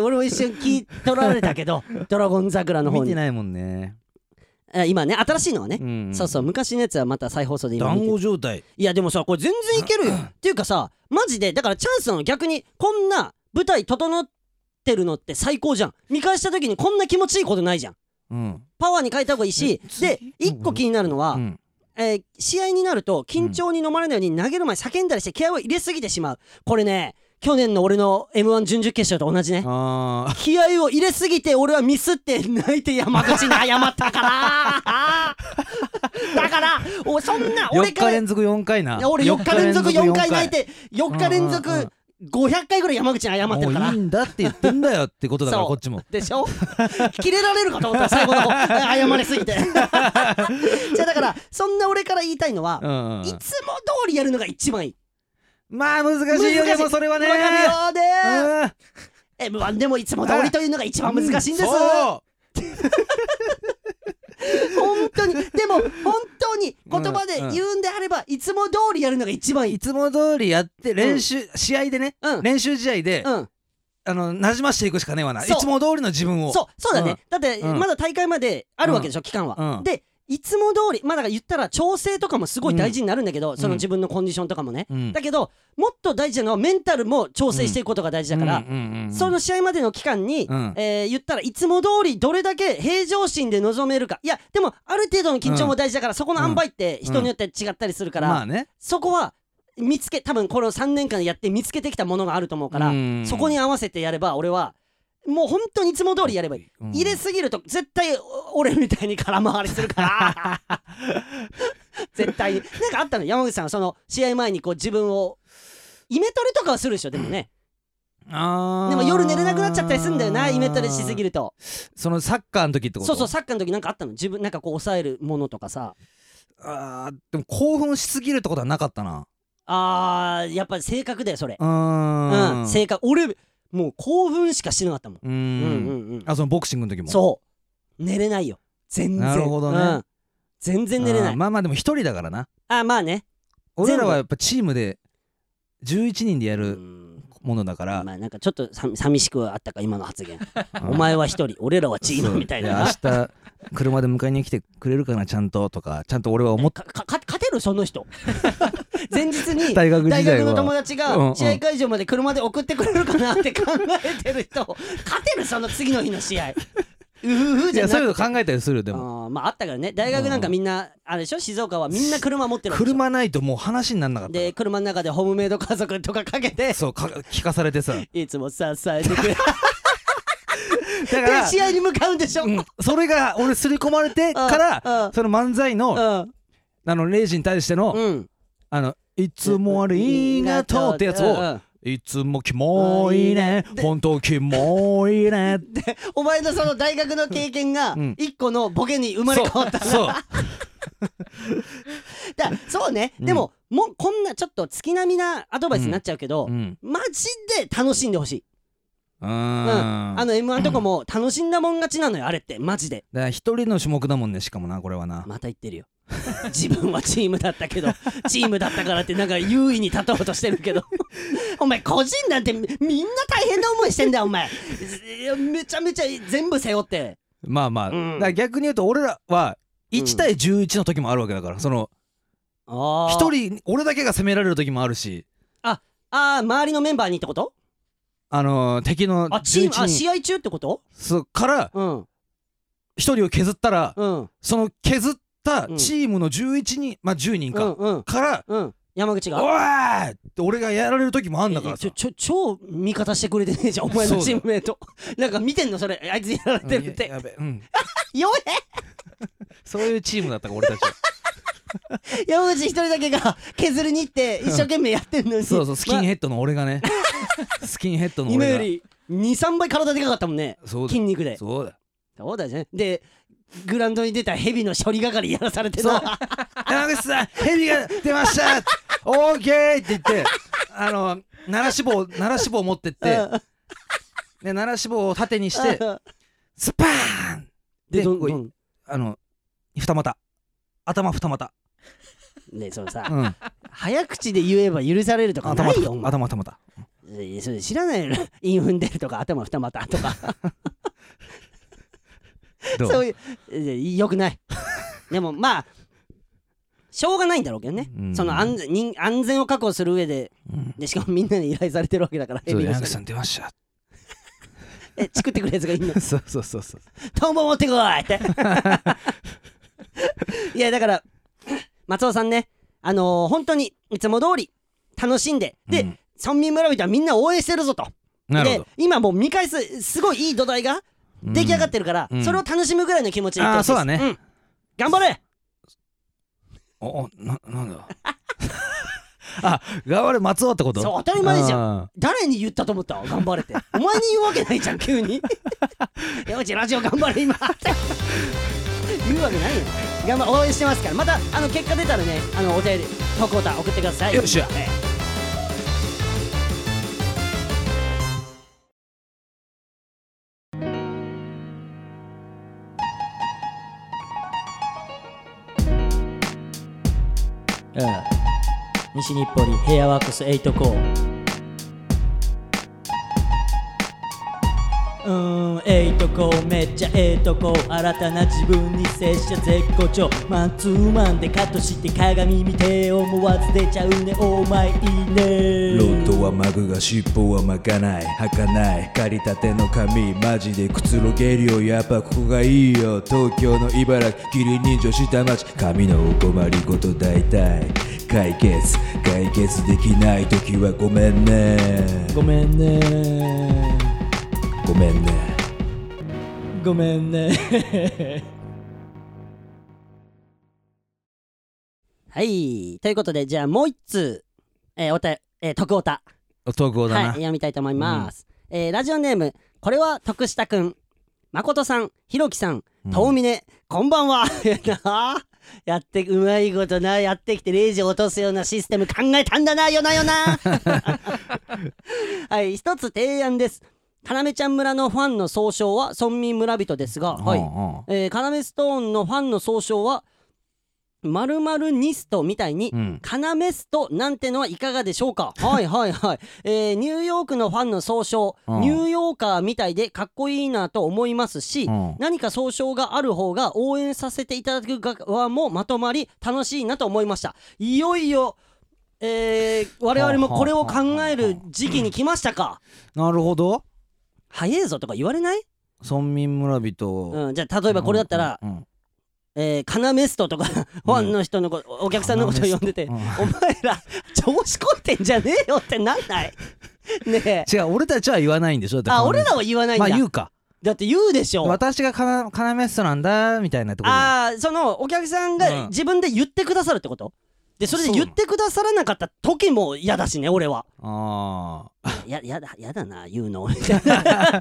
Speaker 1: 俺も一瞬聞き取られたけど「ドラゴン桜」の方
Speaker 2: 見て
Speaker 1: に
Speaker 2: ないもんね
Speaker 1: え今ね新しいのはね、
Speaker 2: ん
Speaker 1: そうそう昔のやつはまた再放送で今見て
Speaker 2: 団子状態
Speaker 1: いやでもさこれ全然いけるよっていうかさマジでだからチャンスなの逆にこんな舞台整ってるのって最高じゃん見返した時にこんな気持ちいいことないじゃん
Speaker 2: うん
Speaker 1: パワーに変えた方がいいし
Speaker 2: え次
Speaker 1: で一個気になるのは、
Speaker 2: うん
Speaker 1: えー試合になると緊張に飲まれないように投げる前叫んだりして気合を入れすぎてしまうこれね去年の俺の m 1準々決勝と同じね
Speaker 2: あー
Speaker 1: 気合を入れすぎて俺はミスって泣いて山口に謝った からだからおそんな俺か
Speaker 2: 4日
Speaker 1: ら
Speaker 2: 連続4回ない
Speaker 1: や俺4日連続4回泣い
Speaker 2: て
Speaker 1: て4日連続
Speaker 2: うんうん
Speaker 1: 500回ぐらい山口に謝って
Speaker 2: も
Speaker 1: る
Speaker 2: う
Speaker 1: か
Speaker 2: い
Speaker 1: ら
Speaker 2: いんだって言ってんだよってことだから
Speaker 1: そう
Speaker 2: こっちも
Speaker 1: でしょ切れられるかと思った最後の方謝れすぎ てじゃあだからそんな俺から言いたいのは
Speaker 2: う、んうん
Speaker 1: いつも通りやるのが一番いい
Speaker 2: まあ難しいよ
Speaker 1: 難しい
Speaker 2: でもそれはね
Speaker 1: わかるよね
Speaker 2: うん
Speaker 1: M1 でもいつも通りというのが一番難しいんです、
Speaker 2: うそ
Speaker 1: 本当にでも本当に言葉で言うんであればいつも通りやるのが一番
Speaker 2: う
Speaker 1: いい
Speaker 2: いつも通りやって練習試合でね
Speaker 1: うん
Speaker 2: 練習試合で
Speaker 1: うん
Speaker 2: あの馴染ましていくしかねえわない
Speaker 1: そう
Speaker 2: つも通りの自分を
Speaker 1: そうそうだね、だって
Speaker 2: うん
Speaker 1: まだ大会まであるわけでしょ、期間は、
Speaker 2: うん
Speaker 1: でいつも通りまあだから言ったら調整とかもすごい大事になるんだけど、その自分のコンディションとかもね、
Speaker 2: うん
Speaker 1: だけどもっと大事なのはメンタルも調整していくことが大事だから、
Speaker 2: うんうんうんうん
Speaker 1: その試合までの期間に、
Speaker 2: うん
Speaker 1: えー言ったらいつも通りどれだけ平常心で臨めるかいやでもある程度の緊張も大事だから、そこの塩梅って人によって違ったりするから、
Speaker 2: まあね
Speaker 1: そこは見つけ多分これを3年間やって見つけてきたものがあると思うから、
Speaker 2: うん
Speaker 1: そこに合わせてやれば俺はもう本当にいつも通りやればいい、
Speaker 2: うん
Speaker 1: 入れすぎると絶対お俺みたいに空回りするから 絶対になんかあったの山口さんその試合前にこう自分をイメトレとかはするでしょでもね
Speaker 2: あー
Speaker 1: でも夜寝れなくなっちゃったりするんだよなイメトレしすぎると
Speaker 2: そのサッカーの時ってこと
Speaker 1: そうそうサッカーの時なんかあったの自分なんかこう抑えるものとかさ
Speaker 2: あーでも興奮しすぎるってことはなかったな
Speaker 1: あーやっぱり性格だよそれ
Speaker 2: う
Speaker 1: うん、
Speaker 2: ーん
Speaker 1: 性格俺もう興奮しかしなかったもん、
Speaker 2: うー
Speaker 1: うんん、うんうん
Speaker 2: あそのボクシングの時も
Speaker 1: そう寝れないよ全然
Speaker 2: なるほどね
Speaker 1: うん全然寝れな
Speaker 2: あー
Speaker 1: い
Speaker 2: まあまあでも一人だからな
Speaker 1: あまあね
Speaker 2: 俺ら
Speaker 1: 全部
Speaker 2: はやっぱチームで11人でやるものだから、
Speaker 1: まあなんかちょっとさ寂しくはあったか今の発言
Speaker 2: うん
Speaker 1: お前は一人俺らはチー
Speaker 2: そう
Speaker 1: ムみたい
Speaker 2: で
Speaker 1: なか
Speaker 2: 明日車で迎えに来てくれるかなちゃんととかちゃんと俺は思っ
Speaker 1: かか勝てるその 人前日に
Speaker 2: 大学時
Speaker 1: 大
Speaker 2: 代
Speaker 1: 学の友
Speaker 2: は
Speaker 1: 達
Speaker 2: うんう
Speaker 1: が
Speaker 2: ん
Speaker 1: 試合会場まで車で送ってくれるかなって考えてる人勝てるその次の日の試 合うふふ
Speaker 2: い
Speaker 1: じゃ
Speaker 2: や
Speaker 1: な
Speaker 2: そういう
Speaker 1: く
Speaker 2: の
Speaker 1: て
Speaker 2: 考えたりするでも
Speaker 1: あーまああったからね大学なんかみんなあれでしょ静岡はみんな車持ってるわけでしょ
Speaker 2: 車ないともう話になんなかった
Speaker 1: で車の中でホームメイド家族とかかけて
Speaker 2: そうか聞かされ てさ
Speaker 1: いつも支えてく れて
Speaker 2: だから
Speaker 1: 試合に向かうんでしょ、
Speaker 2: うんそれが俺刷り込まれてから
Speaker 1: うん
Speaker 2: その漫才の
Speaker 1: うん
Speaker 2: あのレイジに対しての
Speaker 1: うん
Speaker 2: あのいつもありがとうってやつ
Speaker 1: うんう
Speaker 2: を
Speaker 1: ん
Speaker 2: いつもキモいね本当キモいね
Speaker 1: お前のその大学の経験が
Speaker 2: うん
Speaker 1: 一個のボケに生まれ変わったな
Speaker 2: そう
Speaker 1: だからそうね、
Speaker 2: うん
Speaker 1: でももうこんなちょっと月並みなアドバイスになっち ゃうけど、
Speaker 2: うん
Speaker 1: マジで楽しんでほしい、
Speaker 2: う
Speaker 1: うん
Speaker 2: ん
Speaker 1: あの m 1とかも楽しんだもん勝ちなのよあれってマジで
Speaker 2: だから一人の種目だもんねしかもなこれはな
Speaker 1: また言ってるよ 自分はチームだった けどチームだったからってなんか優位に立とうとしてるけどお前個人なんてみみんな大変な思いしてんだよお前めちゃめちゃ全部背負って
Speaker 2: まあまあだ
Speaker 1: うん
Speaker 2: から逆に言うと俺らは1対11の時もあるわけだからその
Speaker 1: あ
Speaker 2: 一人俺だけが責められる時もあるし
Speaker 1: あー周りのメンバーにってこと
Speaker 2: あのー敵の
Speaker 1: あチーム
Speaker 2: 11
Speaker 1: あ
Speaker 2: 人
Speaker 1: 試合中ってこと
Speaker 2: そうから
Speaker 1: うん
Speaker 2: 一人を削ったら
Speaker 1: うん
Speaker 2: その削ったチームの11人まあ10人
Speaker 1: うん
Speaker 2: か
Speaker 1: うん
Speaker 2: から
Speaker 1: うん山口
Speaker 2: 「お
Speaker 1: が
Speaker 2: ーい!」って俺がやられる時もあんだから
Speaker 1: えち
Speaker 2: さ
Speaker 1: ょちょ超味方してくれてねえじゃんお前の
Speaker 2: そうだ
Speaker 1: チ
Speaker 2: よ
Speaker 1: ームメイト なんか見てんのそれあいつやられてるっ
Speaker 2: うん
Speaker 1: て
Speaker 2: ややべうん
Speaker 1: 弱
Speaker 2: そういうチームだったから俺たちは
Speaker 1: え山口一人だけが削りに行って一生懸命やってんのに
Speaker 2: そうそうスキンヘッドの俺が ねスキンヘッドの
Speaker 1: 今
Speaker 2: 俺
Speaker 1: よ
Speaker 2: が
Speaker 1: り23倍体でかかったもんね
Speaker 2: そうだ
Speaker 1: 筋肉で
Speaker 2: そうだ
Speaker 1: そうだよねでグラウンドに出たヘビの処理係やらされてな
Speaker 2: 山口さん、ヘビが出ましたオーケーって言って、あの、奈良志望、奈良志望持ってって、で、奈良志望を縦にして、スパーン
Speaker 1: で
Speaker 2: で、
Speaker 1: どん
Speaker 2: こう
Speaker 1: どん
Speaker 2: あの、二股。頭二股。
Speaker 1: ねそのさ、
Speaker 2: うん。
Speaker 1: 早口で言えば許されるとか
Speaker 2: 頭
Speaker 1: ない
Speaker 2: 二
Speaker 1: よお
Speaker 2: 股。
Speaker 1: 前
Speaker 2: 頭二股。
Speaker 1: えそれ知らないの インフン出るとか頭二股とか
Speaker 2: ど
Speaker 1: そう
Speaker 2: う
Speaker 1: いうえよくない でもまあしょうがないんだろうけどね、
Speaker 2: うん
Speaker 1: その安全人安全を確保する上で
Speaker 2: うん
Speaker 1: でしかもみんなに依頼されてるわけだからヘ
Speaker 2: そう
Speaker 1: ビの
Speaker 2: 山口
Speaker 1: 人
Speaker 2: さ
Speaker 1: に
Speaker 2: ん出ました。
Speaker 1: え作ってくれるやつがいいの
Speaker 2: そうそうそうそう。
Speaker 1: トンボ持ってこいって いやだから松尾さんねあのー本当にいつも通り楽しんでで、
Speaker 2: うん
Speaker 1: 村民村人はみんな応援してるぞと
Speaker 2: なる
Speaker 1: で
Speaker 2: ほど。
Speaker 1: 今もう見返すすごいいい土台が出来上がってるから、
Speaker 2: うん
Speaker 1: それを楽しむぐらいの気持ちでいってほしいです
Speaker 2: あーそうだね
Speaker 1: ん頑張れ
Speaker 2: うん。お、おな、なんだあ、頑張れ、松尾ってこと
Speaker 1: そう当たり前じゃん
Speaker 2: ん。
Speaker 1: 誰に言ったと思った頑張れってお前に言うわけないじゃん急 に山口ラジオ頑張れ今って言うわけないよ頑張応援してますからまたあの結果出たらねあのお便り投稿歌送ってください
Speaker 2: よっしゃ
Speaker 1: ええああ西日暮里ヘアワークス8コうーん、えいとこめっちゃええとこ新たな自分に拙者絶好調マンツーマンでカットして鏡見て思わず出ちゃうねお前いいね
Speaker 5: ロッドはマグが尻尾は巻かない履かない借りたての髪マジでくつろげるよやっぱここがいいよ東京の茨城義理人情下町髪のお困りごと大体解決解決できない時はごめんね
Speaker 1: ごめんね
Speaker 5: ごごめんね
Speaker 1: ごめんね。はい。ということで、じゃあもう一通、えーおた、えー、徳おた、
Speaker 2: 投稿だ
Speaker 1: はい、
Speaker 2: な、
Speaker 1: 読みたいと思います。えーラジオネーム、これは徳下くん、誠さん、ひろきさん、
Speaker 2: うん
Speaker 1: 遠峰、こんばんは。 やなやって、うまいことな、やってきて、0時を落とすようなシステム考えたんだな、よなよ な。はい、一つ提案です。かなめちゃん村のファンの総称は村民村人ですが、はい。
Speaker 2: い
Speaker 1: えー、カナメストーンのファンの総称は「まるまるニスト」みたいに
Speaker 2: うん
Speaker 1: 「カナメスト」なんてのはいかがでしょうかはいはいはい、えー、ニューヨークのファンの総称
Speaker 2: うん
Speaker 1: ニューヨーカーみたいでかっこいいなと思いますし
Speaker 2: うん
Speaker 1: 何か総称がある方が応援させていただく側もまとまり楽しいなと思いましたいよいよえー、我々もこれを考える時期に来ましたか
Speaker 2: なるほど
Speaker 1: 早えぞとか言われない、
Speaker 2: 村民村人、
Speaker 1: うん、じゃあ例えばこれだったら
Speaker 2: うんうん
Speaker 1: えー、カナメストとか、ファンの人のこお客さんのことを呼んでて、
Speaker 2: カナメス
Speaker 1: お前ら、調子こいてんじゃねえよってなんないねえ。
Speaker 2: 違う俺たちは言わないんでしょだって
Speaker 1: あ、俺らは言わないん
Speaker 2: ま
Speaker 1: だ。
Speaker 2: あ言うか
Speaker 1: だって言うでしょ。
Speaker 2: 私がカナカナメストなんだみたいなところ
Speaker 1: ああ、その、お客さん
Speaker 2: う
Speaker 1: が
Speaker 2: ん
Speaker 1: 自分で言ってくださるってことで、それで
Speaker 2: そう
Speaker 1: 言ってくださらなかった時も嫌だしね、俺は。
Speaker 2: あ
Speaker 1: や、やだ、やだな、言う の。みたいな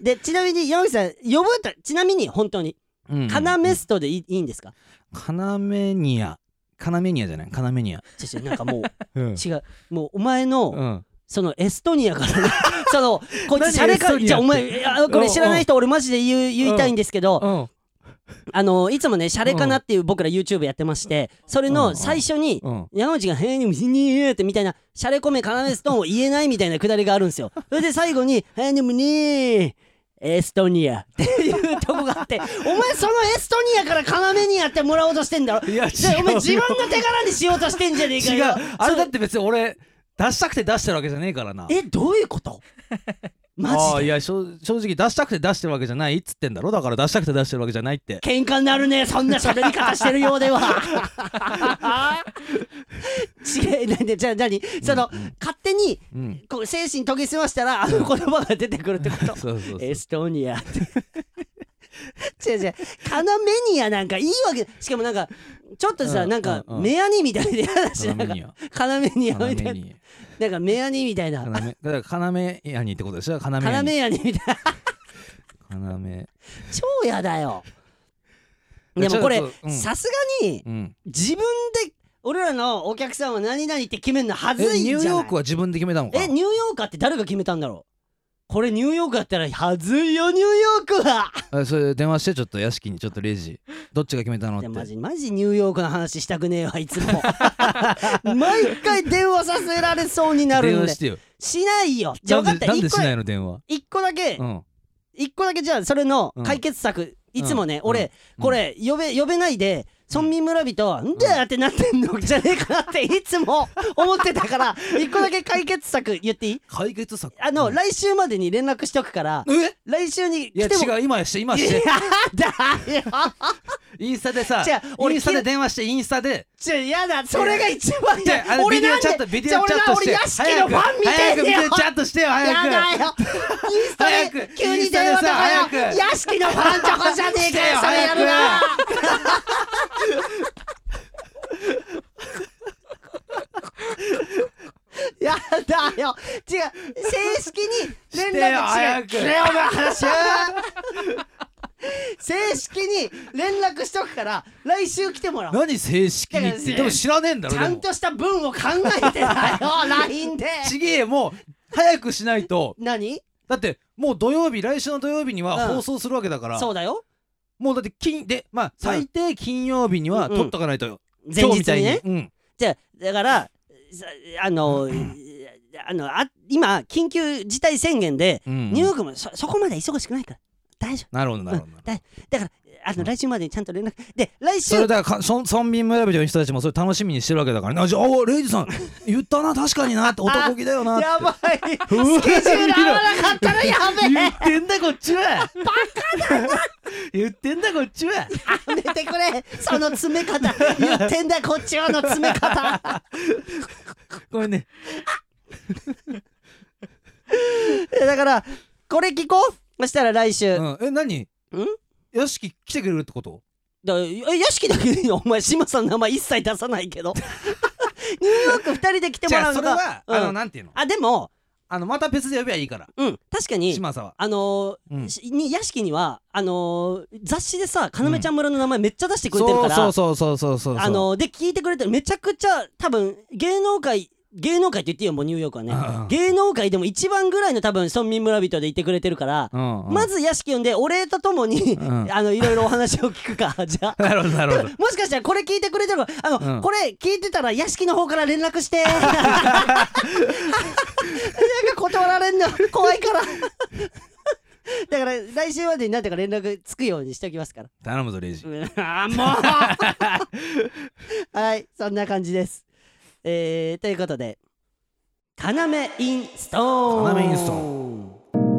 Speaker 1: で、ちなみに、山口さん、呼ぶと、ちなみに、本当に、
Speaker 2: ーうん
Speaker 1: カナメストでいいいいんですか
Speaker 2: カナメニアカナメニアじゃないカナメニア
Speaker 1: ちょちょなんかもう、
Speaker 2: うん
Speaker 1: 違う。もう、お前の、
Speaker 2: うん
Speaker 1: そのエストニアからね そのこい
Speaker 2: 何
Speaker 1: つシャレ
Speaker 2: エス
Speaker 1: か
Speaker 2: トニアって
Speaker 1: じゃあお前いやこれ知らない人俺マジで言う言いたいんですけど
Speaker 2: うん
Speaker 1: あのいつもねシャレかなっていう僕ら YouTube やってましてそれ
Speaker 2: うんう
Speaker 1: の
Speaker 2: ん
Speaker 1: 最初に
Speaker 2: うん
Speaker 1: 山口が「へーにむしにーってみたいなシャレコメカナメストーンを言えないみたいなくだりがあるんです よそれで最後に「へーにむにーエストニア」っていうとこがあ ってお前そのエストニアからカナメニアってもらおうとしてんだろ
Speaker 2: いや違う
Speaker 1: じゃあお前自分の手柄にしようとしてんじゃねえか
Speaker 2: 違う
Speaker 1: よ
Speaker 2: あれだって別に俺出したくて出してるわけじゃねえからな
Speaker 1: えどういうこと マジ
Speaker 2: あ
Speaker 1: で
Speaker 2: あいやしょ正直出したくて出してるわけじゃないっつってんだろだから出したくて出してるわけじゃないって
Speaker 1: 喧嘩になるねそんな喋り方してるようでは違うなんでじゃあ何その、勝手に
Speaker 2: うん
Speaker 1: こう精神研ぎ澄ましたらあの言葉が出てくる ってこと
Speaker 2: そうそうそう
Speaker 1: エストニアって 違う違うカナメニアなんかいいわけしかもなんかちょっとさ、
Speaker 2: うん
Speaker 1: なんか、
Speaker 2: うんうん
Speaker 1: メアニみたいで嫌だし
Speaker 2: カ
Speaker 1: な
Speaker 2: ナ
Speaker 1: んか
Speaker 2: メニア
Speaker 1: カナメニア
Speaker 2: カナメ
Speaker 1: みたいな
Speaker 2: ニ
Speaker 1: なんかメアニみたい
Speaker 2: ア
Speaker 1: な
Speaker 2: カナメだからカナメヤニってことでしょカナメ
Speaker 1: カナ
Speaker 2: ヤニ
Speaker 1: メアニみたいな
Speaker 2: カナメ
Speaker 1: 超嫌だよ
Speaker 2: い
Speaker 1: で
Speaker 2: や
Speaker 1: もこれ
Speaker 2: ちょっとうん
Speaker 1: さすがに
Speaker 2: うん
Speaker 1: 自分で俺らのお客さんは何々って決めるのはず
Speaker 2: え
Speaker 1: いん
Speaker 2: ニ
Speaker 1: じゃ
Speaker 2: ュ
Speaker 1: ない
Speaker 2: ーヨークは自分で決めたのか
Speaker 1: えニューヨーカーって誰が決めたんだろうこれニューヨークやったらはずいよニューヨークは
Speaker 2: あそれ電話してちょっと屋敷にちょっとレジどっちが決めたのっ
Speaker 1: いやマ
Speaker 2: て
Speaker 1: ジマジニューヨークの話したくねえわいつも 毎回電話させられそうになる
Speaker 2: 電
Speaker 1: ん
Speaker 2: 話
Speaker 1: で
Speaker 2: してよ
Speaker 1: しないよじゃ
Speaker 2: な
Speaker 1: あ
Speaker 2: ん
Speaker 1: 分かった
Speaker 2: でなん
Speaker 1: 一
Speaker 2: でし
Speaker 1: 個
Speaker 2: ないの電話
Speaker 1: 一個だけ
Speaker 2: うん
Speaker 1: 一個だけじゃあそれの
Speaker 2: うん
Speaker 1: 解決策いつもね
Speaker 2: うん
Speaker 1: 俺
Speaker 2: うん
Speaker 1: これ呼べ呼べないで村民村人はんじゃーってなってんのじゃねえかなっていつ も思ってたから一個だけ解決策言っていい
Speaker 2: 解決策
Speaker 1: あの
Speaker 2: うん
Speaker 1: 来週までに連絡しとくから
Speaker 2: え
Speaker 1: 来週に
Speaker 2: いや
Speaker 1: 来ても
Speaker 2: 違う今して今して
Speaker 1: だよ
Speaker 2: インスタでさ
Speaker 1: 違う俺
Speaker 2: インスタで電話してインスタで
Speaker 1: ちょやだそれが一番
Speaker 2: じゃ
Speaker 1: や
Speaker 2: ああの
Speaker 1: 俺
Speaker 2: ビデ
Speaker 1: な
Speaker 2: オ
Speaker 1: ん
Speaker 2: チ
Speaker 1: で
Speaker 2: ャットビデオチャッ
Speaker 1: じゃあ
Speaker 2: トし
Speaker 1: 俺
Speaker 2: て
Speaker 1: 屋敷のファンみた
Speaker 2: 早
Speaker 1: い
Speaker 2: くビ
Speaker 1: で
Speaker 2: デ
Speaker 1: よ
Speaker 2: オチャットしてよ
Speaker 1: や
Speaker 2: 早く
Speaker 1: だよインスタ
Speaker 2: 早
Speaker 1: で
Speaker 2: く
Speaker 1: 急に電話とかよ
Speaker 2: インスタでさ早く
Speaker 1: 屋敷のファンチョコじゃねえかよそれやるなやだよ違う正式に連絡して
Speaker 2: してよ早く
Speaker 1: くれよお前話正式に連絡しとくから来週来てもらおう
Speaker 2: 何正式にってでも知らねえんだろ
Speaker 1: ち
Speaker 2: で
Speaker 1: ゃん
Speaker 2: も
Speaker 1: とした文を考えてだよ LINE で
Speaker 2: ちげえもう早くしないと
Speaker 1: 何
Speaker 2: だってもう土曜日来週の土曜日には
Speaker 1: うん
Speaker 2: 放送するわけだから
Speaker 1: そうだよ
Speaker 2: もうだって金でまあ最低金曜日には
Speaker 1: うん
Speaker 2: 取っとかないとよ
Speaker 1: 前
Speaker 2: 今日み
Speaker 1: 日
Speaker 2: たい
Speaker 1: に
Speaker 2: に
Speaker 1: ね
Speaker 2: うん
Speaker 1: じゃあだからさあのあのあ今緊急事態宣言で
Speaker 2: うん
Speaker 1: ニューヨークもそそこまで忙しくないから大丈
Speaker 2: なるほど
Speaker 1: 夫
Speaker 2: なるほど
Speaker 1: うんだだからあの来週までにちゃんと連絡で来週
Speaker 2: それだからか村村民村人の人たちもそれ楽しみにしてるわけだからねあじゃあおレイジさん 言ったな確かになって男気だよなって
Speaker 1: やばい スケジュール合わなかったらやべえ
Speaker 2: 言ってんだこっちはバカだな 言ってんだこっちは
Speaker 1: やめてくれその詰め方言ってんだこっちはの詰め 方
Speaker 2: ごめんね
Speaker 1: だからこれ聞こうそしたら来週、
Speaker 2: うん、え何ん屋敷来てくれるってこと
Speaker 1: だからえ屋敷だけでいいのお前島さんの名前一切出さない けどニューヨーク2人で来ても
Speaker 2: じゃ
Speaker 1: ら
Speaker 2: あ
Speaker 1: う
Speaker 2: そ
Speaker 1: の
Speaker 2: れ
Speaker 1: が
Speaker 2: は、
Speaker 1: うん
Speaker 2: あのなんていうの
Speaker 1: あでも
Speaker 2: あのまた別で呼べばいいから
Speaker 1: うん確かに
Speaker 2: 嶋佐は、
Speaker 1: あのー
Speaker 2: うん、
Speaker 1: しに屋敷にはあのー雑誌でさ要ちゃん村の名前めっちゃ出してくれてるから、
Speaker 2: そうそうそうそうそうそう
Speaker 1: あのーで聞いてくれてるめちゃくちゃ多分芸能界芸能界って言っていいよもうニューヨークはね
Speaker 2: うんうん
Speaker 1: 芸能界でも一番ぐらいの多分村民村人でいてくれてるから、
Speaker 2: うんうん
Speaker 1: まず屋敷呼んでお礼とともに、
Speaker 2: ん
Speaker 1: あのいろいろお話を聞くか じゃあ。
Speaker 2: なるほどなるほど
Speaker 1: もしかしたらこれ聞いてくれてるかあの、
Speaker 2: うん
Speaker 1: これ聞いてたら屋敷の方から連絡 してなんか断られんの怖いから だから来週までになんとか連絡つくようにしておきますから
Speaker 2: 頼むぞレイジ
Speaker 1: うんあーもう はいそんな感じですえー、ということで「要インストーン」
Speaker 2: 要インスト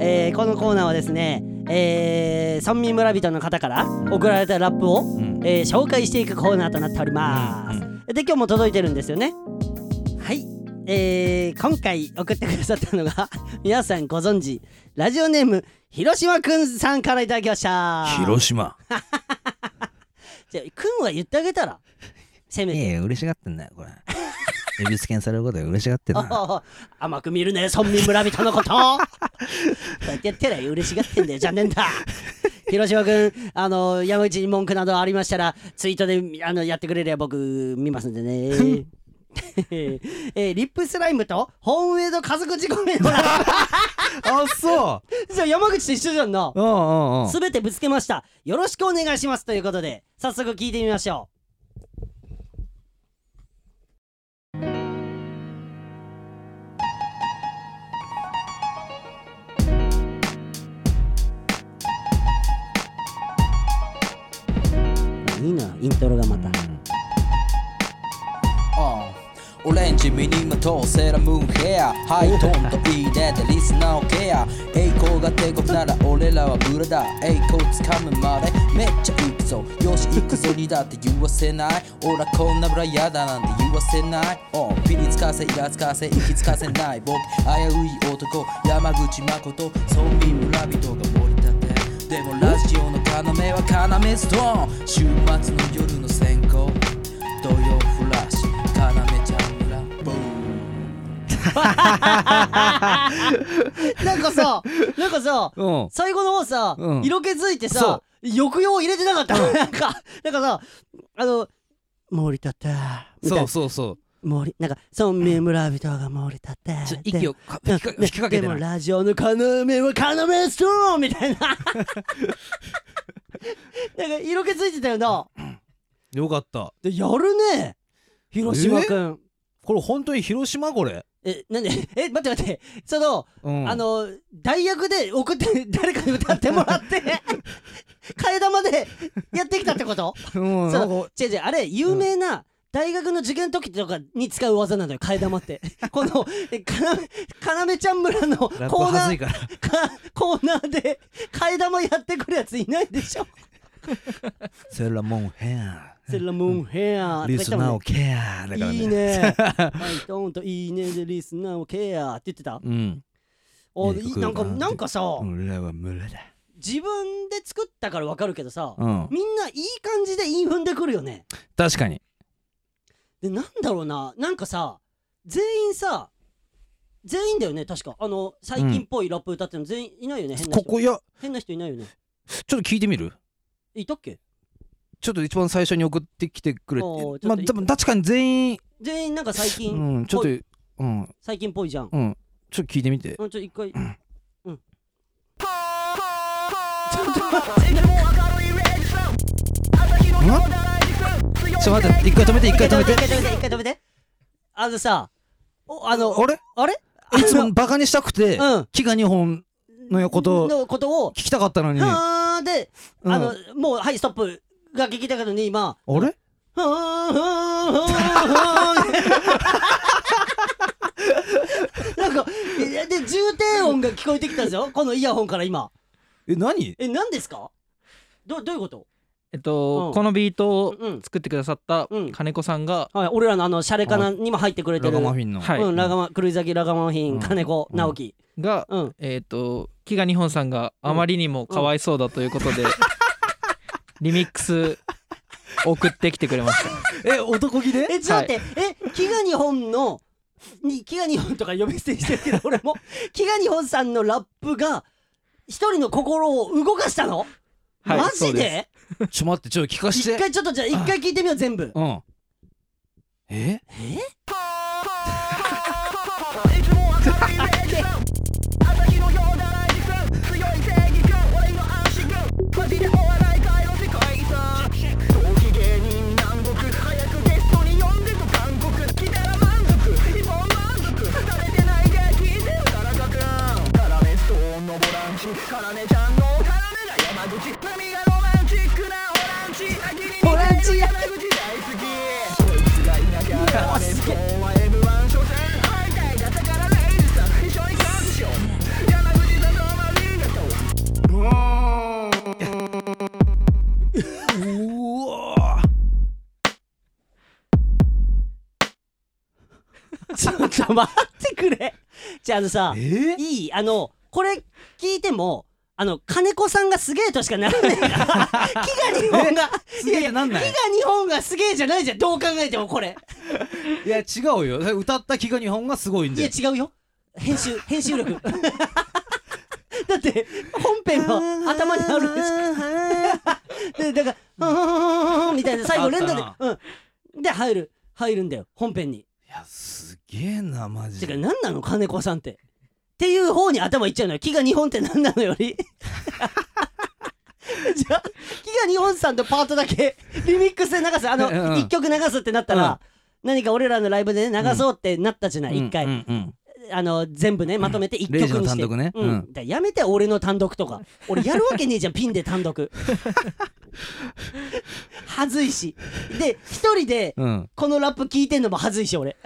Speaker 1: えーこのコーナーはですね、えー、村民村人の方から送られたラップを、
Speaker 2: ん
Speaker 1: えー紹介していくコーナーとなっております、で今日も届いてるんですよねはい、えー今回送ってくださったのが 皆さんご存知ラジオネーム広島くんさんからいただきました
Speaker 2: 広島
Speaker 1: じゃあくんは言ってあげたらせめて、
Speaker 2: え嬉しがってんだよこれ 呼びつけにされることが嬉しがってん
Speaker 1: お
Speaker 2: だ
Speaker 1: おお甘く見るね村民村人のことこうやってやってりゃ嬉しがってんだよじゃねえんだ広島君あの山口に文句などありましたらツイートであのやってくれれば僕見ますんで ねえーリップスライムとホーンウェイド家族事故名 の
Speaker 2: あそう
Speaker 1: そう山口と一緒じゃんな
Speaker 2: うんうんうん
Speaker 1: すべてぶつけましたよろしくお願いしますということで早速聞いてみましょういいなイントロがまた
Speaker 6: オレンジ身にまとうセーラームーンヘアハイトーンといいねでリスナーをケア栄光が帝国なら俺らはブラだ栄光つかむまでめっちゃ行くぞよし行くぞにだって言わせないオラこんなブラやだなんて言わせないおうピリつかせイラつかせ息つかせない僕危うい男山口誠村民村人が盛り立てでもラジオの要は要ストーン週末の夜の閃光土曜フラッシュ要ちゃん村ブーン
Speaker 1: なんかさなんかさ
Speaker 2: うん
Speaker 1: 最後の方さ、
Speaker 2: うん
Speaker 1: 色気づいてさ
Speaker 2: そ
Speaker 1: 抑揚入れてなかった、なんかなんかさあの「森立って」みたい
Speaker 2: そ
Speaker 1: な
Speaker 2: うそうそう
Speaker 1: 森なんか村民村人が森立って
Speaker 2: ちょ息をか吹きか
Speaker 1: で
Speaker 2: 吹きかけて
Speaker 1: でも
Speaker 2: ない
Speaker 1: ラジオの要は要ストーンみたいななんか色気づいてたよな
Speaker 2: よかった
Speaker 1: でやるね広島くん
Speaker 2: これ本当に広島これ
Speaker 1: えなんでえ待って待ってその、
Speaker 2: うん
Speaker 1: あの代役で送って誰かに歌ってもらって替え玉でやってきたってこと
Speaker 2: うん
Speaker 1: そ
Speaker 2: な
Speaker 1: うん
Speaker 2: か
Speaker 1: 違う違うあれ有名な大学の受験時とかに使う技なのよ替え玉って このえかなかなめちゃん村のコ
Speaker 2: ラップ
Speaker 1: ー
Speaker 2: は
Speaker 1: ナ
Speaker 2: ずい
Speaker 1: ー
Speaker 2: から
Speaker 1: かコーナーで替え玉やってくるやついないでし ょ
Speaker 2: セラモンヘア
Speaker 1: セラムーンヘア
Speaker 2: リスナーをケアだからね
Speaker 1: いいねはいドーンといいねでリスナーをケアって言ってた
Speaker 2: うん
Speaker 1: お
Speaker 2: いい
Speaker 1: い
Speaker 2: 曲
Speaker 1: な
Speaker 2: だ
Speaker 1: ん
Speaker 2: な
Speaker 1: かなんかさ
Speaker 2: 俺らは村だ
Speaker 1: 自分で作ったからわかるけどさ
Speaker 2: うん
Speaker 1: みんないい感じで韻踏んでくるよね
Speaker 2: 確かに
Speaker 1: でなんだろうななんかさ全員さ全員だよね確かあの最近っぽいラップ歌ってるの全員いないよね、変な
Speaker 2: こ
Speaker 1: 人
Speaker 2: こいや
Speaker 1: 変な人いないよね
Speaker 2: ちょっと聞いてみる
Speaker 1: いたっけ
Speaker 2: ちょっと一番最初に送ってきてくれて
Speaker 1: おーちょっと
Speaker 2: まあ多分確かに全員
Speaker 1: 全員なんか最近、
Speaker 2: うんちょっとうん
Speaker 1: 最近っぽいじゃん、
Speaker 2: うんちょっと聞いてみて
Speaker 1: うん、ちょっと一回
Speaker 2: ちょっと待って一回止めて一回止
Speaker 1: 一回止め
Speaker 2: めて
Speaker 1: て一回止めてあのさおあの
Speaker 2: あれ
Speaker 1: あれ
Speaker 2: いつもバカにしたくて
Speaker 1: うん
Speaker 2: 木が2本のことを聞
Speaker 1: のことを
Speaker 2: きたかったのにあ
Speaker 1: はーんで、
Speaker 2: うん
Speaker 1: あのもうはいストップが聞きたいのに今
Speaker 2: れ
Speaker 1: ふーんふーんふーんふーんなんかでで重低音が聞こえてきたんですよこのイヤホンから今
Speaker 2: え何
Speaker 1: え何ですかどどういうこと
Speaker 4: えっ
Speaker 1: う
Speaker 4: と
Speaker 1: ん
Speaker 4: このビートを
Speaker 1: うん
Speaker 4: 作ってくださった
Speaker 1: うん
Speaker 4: 金子さんが
Speaker 1: はい、俺らのあのシャレかなにも入ってくれて
Speaker 2: ラ
Speaker 1: る。
Speaker 2: ガマフィンの、
Speaker 4: はい
Speaker 1: うん、ラガマ、狂い咲きラガマフィン、金子、
Speaker 2: うん
Speaker 1: 直樹。
Speaker 4: が
Speaker 1: うん。
Speaker 4: えっと木賀日本さんがあまりにもかわいそうだというこ とでリミックス送ってきてくれました
Speaker 2: え男気で
Speaker 1: え、ちょっと待って、え、飢餓日本の、に、飢餓日本とか呼び捨てにしてるけど、俺も、飢餓日本さんのラップが、一人の心を動かしたの、
Speaker 4: はい
Speaker 1: マジ
Speaker 4: そうで
Speaker 1: で
Speaker 2: ちょ待ってちょっと聞かし
Speaker 1: 一
Speaker 2: て
Speaker 1: 回ちょっとじゃあ一回聞いてみよう全部
Speaker 2: うんえ
Speaker 1: ボランチや
Speaker 2: うわ
Speaker 1: ちょっと待ってくれじゃああのさ
Speaker 2: え
Speaker 1: いいあのこれ聞いてもあの金子さんがすげえとしかならない から飢餓日本が
Speaker 2: すげえってなんない
Speaker 1: 飢餓日本がすげえじゃないじゃんどう考えてもこれ
Speaker 2: いや違うよ歌った気が日本がすごいん
Speaker 1: い
Speaker 2: だ
Speaker 1: や
Speaker 2: よ
Speaker 1: 違うよ編集編集力 だって本編は頭にあるでしょでだから「うんうんうんうん」みたいな最後連打で
Speaker 2: あっ
Speaker 1: うんで入る入るんだよ本編に
Speaker 2: いやすげえなマジ
Speaker 1: てか
Speaker 2: で
Speaker 1: 何なの金子さんってっていう方に頭いっちゃうのよ「飢餓日本」って何なのより じゃあ飢餓日本さんとパートだけリミックスで流すあの
Speaker 2: うんうん
Speaker 1: 1曲流すってなったら、何か俺らのライブでね流そうってなったじゃない、一回、
Speaker 2: うんうん
Speaker 1: あの全部ねまとめて一曲にして、
Speaker 2: レイジの単独ね
Speaker 1: うん
Speaker 2: うん
Speaker 1: だからやめて俺の単独とか俺やるわけねえじゃんピンで単 独はずいしで一人で
Speaker 2: うんうん
Speaker 1: このラップ聞いてんのもはずいし 俺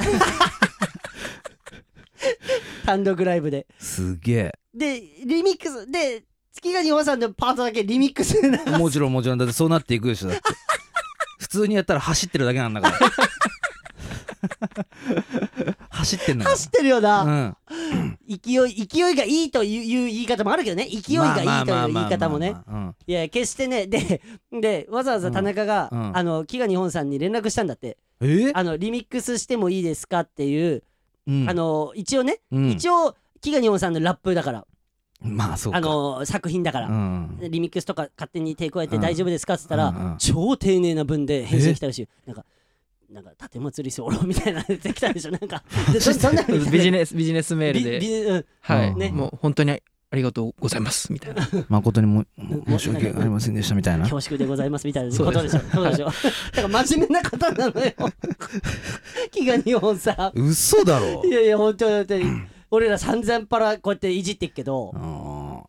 Speaker 1: 単独ライブです
Speaker 2: げ
Speaker 1: でリミックスで月が日本さんのパートだけリミックスな
Speaker 2: えもちろんもちろんだってそうなっていくでしょだって普通にやったら走ってるだけなんだから 走ってんだか
Speaker 1: 走ってるよな、
Speaker 2: らうん
Speaker 1: 勢い勢いがいいといういう言い方もあるけどね勢いがいいという言い方もね
Speaker 2: まあまあまあまあまあ
Speaker 1: いや決してねででわざわざ田中が、
Speaker 2: うんうん
Speaker 1: あの飢餓日本さんに連絡したんだって
Speaker 2: うんえ
Speaker 1: あのリミックスしてもいいですかっていう、
Speaker 2: うん
Speaker 1: あの一応ね、
Speaker 2: うん
Speaker 1: 一応飢餓日本さんのラップだから
Speaker 2: まあそうか
Speaker 1: あの作品だから、
Speaker 2: うん
Speaker 1: リミックスとか勝手に手加えて
Speaker 2: うん
Speaker 1: 大丈夫ですかっつったら、
Speaker 2: うんうん
Speaker 1: 超丁寧な文で返信来たらしいなんかなんか立てまつりそうみたいなの出てきたでしょ なんかでそそんなの
Speaker 4: ビジネスビジネスメール
Speaker 1: ビビ
Speaker 4: で
Speaker 1: うん
Speaker 4: は
Speaker 2: う
Speaker 4: い
Speaker 2: ん
Speaker 1: ね
Speaker 4: もう本当にありがとうございますみたいな
Speaker 2: 誠にも
Speaker 1: うん
Speaker 2: 申し訳ありませんでしたみたい な
Speaker 1: 恐縮でございますみたいなことでしょそうでしょだから真面目な方なのよ 気が日本さ
Speaker 2: 嘘だろ
Speaker 1: いやいや本当に本当に俺ら散々パラこうやっていじってっけど
Speaker 2: うんま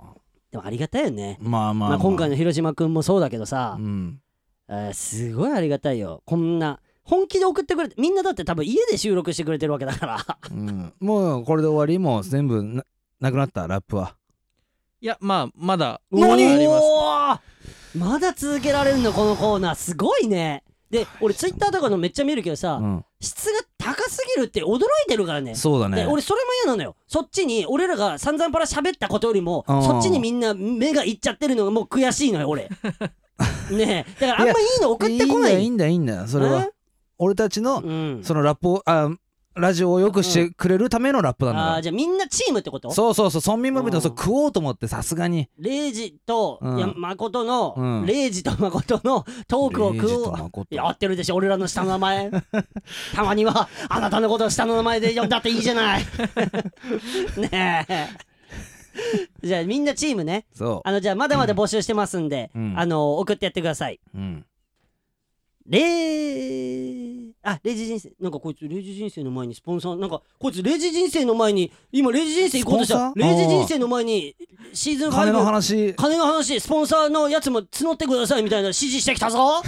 Speaker 1: でもありがたいよね
Speaker 2: あまあま
Speaker 1: ま
Speaker 2: あ
Speaker 1: あ今回の広島くんもそうだけどさ
Speaker 2: うん
Speaker 1: あーすごいありがたいよこんな本気で送ってくれてみんなだって多分家で収録してくれてるわけだ から
Speaker 2: うんもうこれで終わりもう全部ななくなったラップはい
Speaker 4: やまあまだ
Speaker 1: 何
Speaker 4: あります
Speaker 1: まだ続けられるのこのコーナーすごいねで俺ツイッターとかのめっちゃ見るけどさ、
Speaker 2: うん
Speaker 1: 質が高すぎるって驚いてるからね
Speaker 2: そうだ
Speaker 1: で
Speaker 2: ね
Speaker 1: 俺それも嫌なのよそっちに俺らが散々パラ喋ったことよりも
Speaker 2: あー
Speaker 1: そっちにみんな目がいっちゃってるのがもう悔しいのよ 俺ねえだからあんまいいの送ってこない
Speaker 2: いいんだいいんだいいんだそれは
Speaker 1: え
Speaker 2: 俺たちの
Speaker 1: うん、
Speaker 2: そのラップをあラジオをよくしてくれるためのラップなんだ
Speaker 1: あ
Speaker 2: か
Speaker 1: ーじゃあみんなチームってこと
Speaker 2: らそうそうそう村民ムービー
Speaker 1: う
Speaker 2: と
Speaker 1: ん
Speaker 2: そう食おうと思ってさすがに
Speaker 1: レイジと、
Speaker 2: うん
Speaker 1: いや誠の、
Speaker 2: うん
Speaker 1: レイジと誠のトークを
Speaker 2: レイ
Speaker 1: 食
Speaker 2: ジ
Speaker 1: お
Speaker 2: と
Speaker 1: う
Speaker 2: 誠
Speaker 1: やってるでしょ俺らの下の名 前たまにはあなたのことを下の名前で呼んだっていいじゃ ないねえじゃあみんなチームね
Speaker 2: そ
Speaker 1: あのじゃあまだまだ募集してますんで、
Speaker 2: うん
Speaker 1: あの送ってやってくださいう
Speaker 2: うん
Speaker 1: レイあレイジ人生なんかこいつレイジ人生の前にスポンサーなんかこいつレイジ人生の前に今レイジ人生行こうとし
Speaker 2: スポン
Speaker 1: た
Speaker 2: サー
Speaker 1: レイジ人生の前にシーズン5
Speaker 2: 金の話
Speaker 1: 金の話スポンサーのやつも募ってくださいみたいな指示してきた ぞ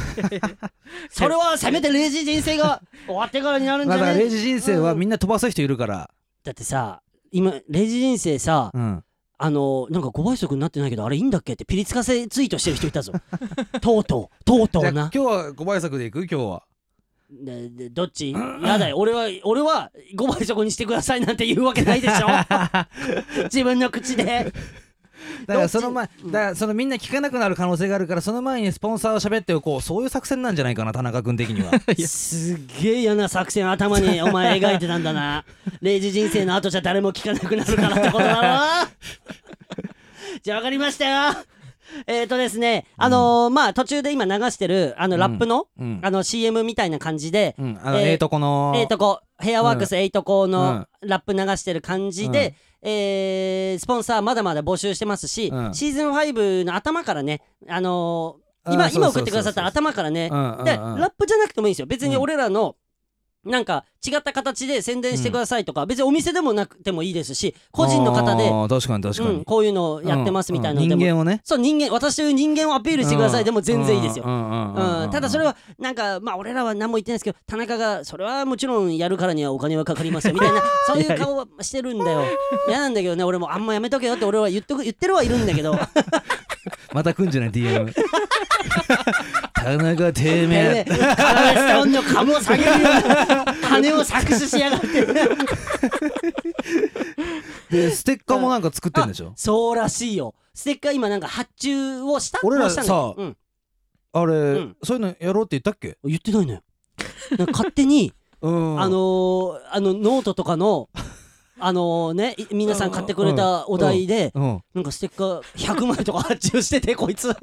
Speaker 1: それはせめてレイジ人生が終わってからになるんじ
Speaker 2: まあ
Speaker 1: ゃ
Speaker 2: だから
Speaker 1: ね
Speaker 2: レイジ人生はみんな飛ばす人いるから
Speaker 1: だってさ今レイジ人生さ
Speaker 2: うん
Speaker 1: あのなんか5倍速になってないけどあれいいんだっけってピリつかせツイートしてる人い たぞとうとうとうとう
Speaker 2: じゃあ今
Speaker 1: な
Speaker 2: 日は5倍速でいく今日は
Speaker 1: ででどっちやだよ俺は俺は5倍速にしてくださいなんて言うわけないで しょ自分の口で
Speaker 2: だからその前だからそのみんな聞かなくなる可能性があるからその前にスポンサーを喋っておこうそういう作戦なんじゃないかな田中君的 には
Speaker 1: すっげえ嫌な作戦頭 にお前描いてたんだな0時人生の後じゃ誰も聞かなくなるからってことだろじゃあ分かりましたよえっ、ー、とですねあのーまあ途中で今流してるあのラップの、
Speaker 2: うん、
Speaker 1: あの CM みたいな感じで、
Speaker 2: うん、あの
Speaker 1: えー
Speaker 2: ええとこの
Speaker 1: ええとこヘアワークスえいとこ
Speaker 2: う
Speaker 1: の
Speaker 2: ん
Speaker 1: ラップ流してる感じで、えースポンサーまだまだ募集してますし、
Speaker 2: うん
Speaker 1: シーズン5の頭からねあのー
Speaker 2: あ
Speaker 1: 今
Speaker 2: ーそう
Speaker 1: 今
Speaker 2: そ
Speaker 1: 送
Speaker 2: う
Speaker 1: ってくださった
Speaker 2: そう
Speaker 1: 頭からね
Speaker 2: うんうんうん
Speaker 1: でラップじゃなくてもいいんですよ別に俺らの、なんか違った形で宣伝してくださいとか、別にお店でもなくてもいいですし個人の方
Speaker 2: あ
Speaker 1: で、
Speaker 2: ー確かに確か
Speaker 1: う
Speaker 2: に、
Speaker 1: ん、こういうのをやってますみたいなのでも、
Speaker 2: うん人間をね
Speaker 1: そう人間私という人間をアピールしてくださいでも全然いいですよ
Speaker 2: う。んうんうんうん
Speaker 1: うん、ただそれはなんかまあ俺らは何も言ってないですけど田中がそれはもちろんやるからにはお金はかかりますよみ たいなそういう顔はしてるんだよ嫌なんだけどね俺もあんまやめとけよって俺は言っとく言ってるはいるんだけ ど
Speaker 2: また来んじゃな い DM 田中てめ
Speaker 1: ね
Speaker 2: え
Speaker 1: えカラメスタウンの株を下げるよう な金を搾取しやがって
Speaker 2: でステッカーもなんか作ってんでしょ
Speaker 1: そうらしいよステッカー今なんか発注をした
Speaker 2: 俺ら
Speaker 1: もうしたんだよ
Speaker 2: さ
Speaker 1: うん、
Speaker 2: あれ、
Speaker 1: ん
Speaker 2: そういうのやろうって言ったっけ
Speaker 1: 言ってないのよなんか勝手に
Speaker 2: うん
Speaker 1: あのーあのノートとかのあのねい皆さん買ってくれたお題で
Speaker 2: うん
Speaker 1: なんかステッカー100枚とか発注しててこい つ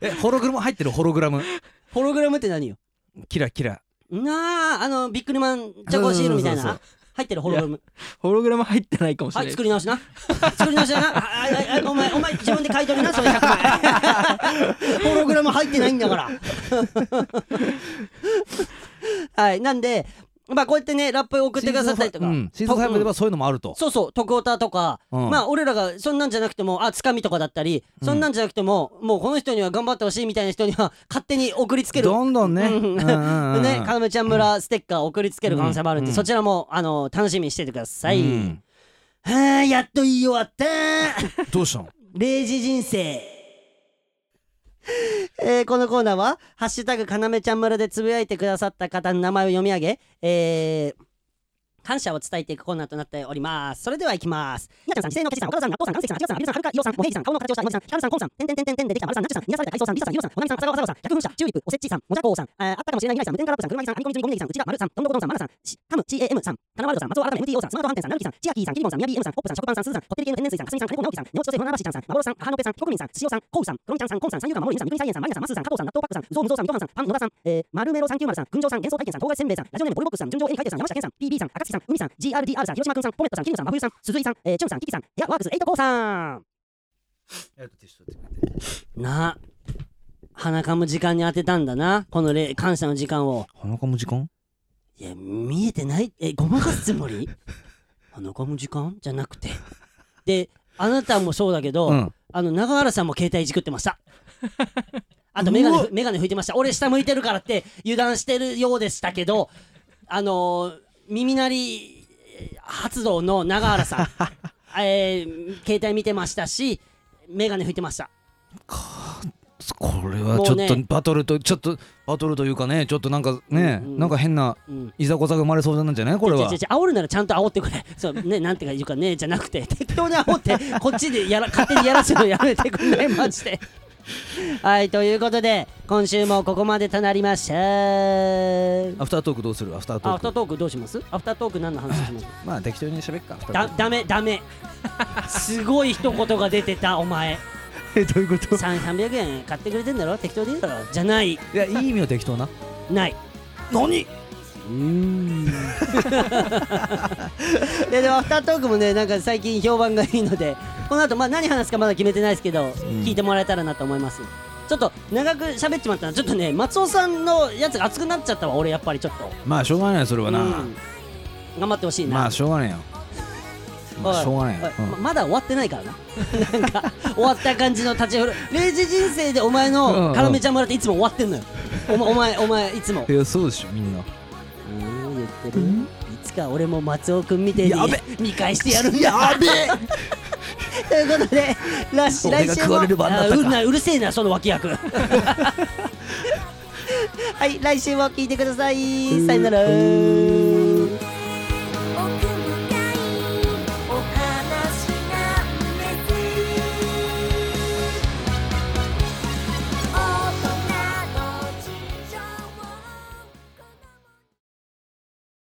Speaker 2: えホログラム入ってるホログラム
Speaker 1: ホログラムって何よ
Speaker 2: キラキラ
Speaker 1: なああのビックリマンチョコシールみたい
Speaker 2: そうそうそう
Speaker 1: な入ってるホログラム
Speaker 4: ホログラム入ってないかもしれ
Speaker 1: は
Speaker 4: ないい
Speaker 1: 作り 直しな作り直しだなあああお前お前自分で買い取りなそれ100枚 ホログラム入ってないんだからはいなんでまあこうやってねラップ送ってくださったりとか
Speaker 2: シーズン5うんシーズン5ではそういうのもあると
Speaker 1: そうそう、徳オタとか、
Speaker 2: うん
Speaker 1: まあ俺らがそんなんじゃなくても、あ、つかみとかだったり、そんなんじゃなくても、もうこの人には頑張ってほしいみたいな人には勝手に送りつける。
Speaker 2: どんどんね
Speaker 1: うん
Speaker 2: うんうんう ん
Speaker 1: ね、かなめちゃん村ステッカー送りつける可能性もあるんで、
Speaker 2: うん
Speaker 1: そちらも、あの、楽しみにしててください。
Speaker 2: うん
Speaker 1: はあ、やっと言い終わったー
Speaker 2: どうしたの
Speaker 1: 0時人生。えーこのコーナーは、ハッシュタグかなめちゃん村でつぶやいてくださった方の名前を読み上げ、えー感謝を伝えていくコーナーとなっております。それではいきます。ひなちゃんさん、姿勢のお客さん、お母さん、納豆さん、なつきさん、あきらさん、はるか、いおさん、もへいさん、顔の形をした、のりさん、ひかるさん、こんさん、てんてんてんてんてんでできた、まるさん、なちさん、みなさん、かいそうさん、りささん、ひろさん、ほなみさん、あさがわさがわさん、百分社、チューリップ、おせっちーさん、もじゃこうさん、あーあったかもしれない未来さん、無添加ラブさん、車木さん、アミコミゴミネギさん、うちがまるさん、どんどこどんさん、まなさん、しタム、CAM さん、タナワルドさん、松尾改め MTO さん、スマートハンテンさん、なるきさん、チアキーさん、キリボンさん、ミヤビー M さん、ホップさん、食パンさん、スーさん、ホテル系の天然水さん、かすみさん、金子直樹さん、ネオチョセフナバシちゃんさん、まぼろさん、ハノペさん、ひこくみんさん、しおさん、こうさん、クロンちゃんさん、こんさん、三遊間まもりんさん、みくにさいえんさん、まりなさん、まっすーさん、加藤さん、納豆パックさん、ゾウムゾウさん、みとはんさん、パン野田さん、えー、マルメロ390さん、群青さん、幻想体験さん、東海せんべいさん、ラジオネームボルボックスさん、純情絵に描いてるさん、山下健さん、PB さん、赤月さん、海さん、GRDR さん、広島くんさん、ポメットさん、キングさん、まふゆさん、鈴井さん、えー、チュンさん、キキさん、ヘアワークス、エイトコーさん。なあ、鼻かむ時間に当てたんだな、このれ感謝の時間を。
Speaker 2: 鼻かむ時間
Speaker 1: いや、見えてない、え、ごまかすつもり 鼻かむ時間じゃなくて。で、あなたもそうだけど、
Speaker 2: うん
Speaker 1: あの、長原さんも携帯いじくってました。あと、メガネ、メガネ拭いてました。俺、下向いてるからって、油断してるようでしたけど、あのー耳鳴り発動の長原さん、えー携帯見てましたし、メガネ拭いてました。
Speaker 2: これはちょ
Speaker 1: もう
Speaker 2: っと
Speaker 1: ね
Speaker 2: バトルとちょっとバトルというかねちょっとなんかね
Speaker 1: うんうん
Speaker 2: なんか変な
Speaker 1: うん。
Speaker 2: いざこざが生まれそうなんじゃないこれは
Speaker 1: 違う違う違う煽るならちゃんと煽ってくれ。そう、ね、なんていうかね、じゃなくて、適当に煽って、こっちでやら、勝手にやらせるのやめてくんない、マジで。はい、ということで、今週もここまでとなりました。
Speaker 2: アフタートークどうするアフタート
Speaker 1: ア
Speaker 2: ー
Speaker 1: フター
Speaker 2: ク
Speaker 1: トークどうしますアフタートーク何の話します
Speaker 2: まあ適当に喋っかアフタ
Speaker 1: だ
Speaker 2: ートー
Speaker 1: ダメダメすごい一言が出てたお前
Speaker 2: クえ どういうこと
Speaker 1: さん300円買ってくれてんだろ適当でいいだろじゃない
Speaker 2: いやいい意味の適当な
Speaker 1: ない
Speaker 2: 何
Speaker 1: いやでもアフタートークもねなんか最近評判がいいのでこの後まあ何話すかまだ決めてないですけど、聞いてもらえたらなと思いますちょっと長く喋っちまったなちょっとね松尾さんのやつが熱くなっちゃったわ俺やっぱりちょっと
Speaker 2: まあしょうがないよそれはな
Speaker 1: うん頑張ってほしいな、
Speaker 2: まあしょうがないよまあしょうがないよ
Speaker 1: おいままだ終わってないからな なんか終わった感じの立ち振る0時人生でお前
Speaker 2: うんう
Speaker 1: の
Speaker 2: ん
Speaker 1: カラメちゃんもらっていつも終わってんのよお前お前お前いつも
Speaker 2: うんいやそうでしょみんな
Speaker 1: 言ってる言っつか俺も松尾くんみてえに
Speaker 2: やべ
Speaker 1: 見返してやるんだやべ ということで来週
Speaker 2: 俺
Speaker 1: 来
Speaker 2: が
Speaker 1: 週
Speaker 2: 食
Speaker 1: も
Speaker 2: われる番だ
Speaker 1: あ
Speaker 2: ったか
Speaker 1: うるなうるせえなその脇 役はい来週も聞いてくださいさよなら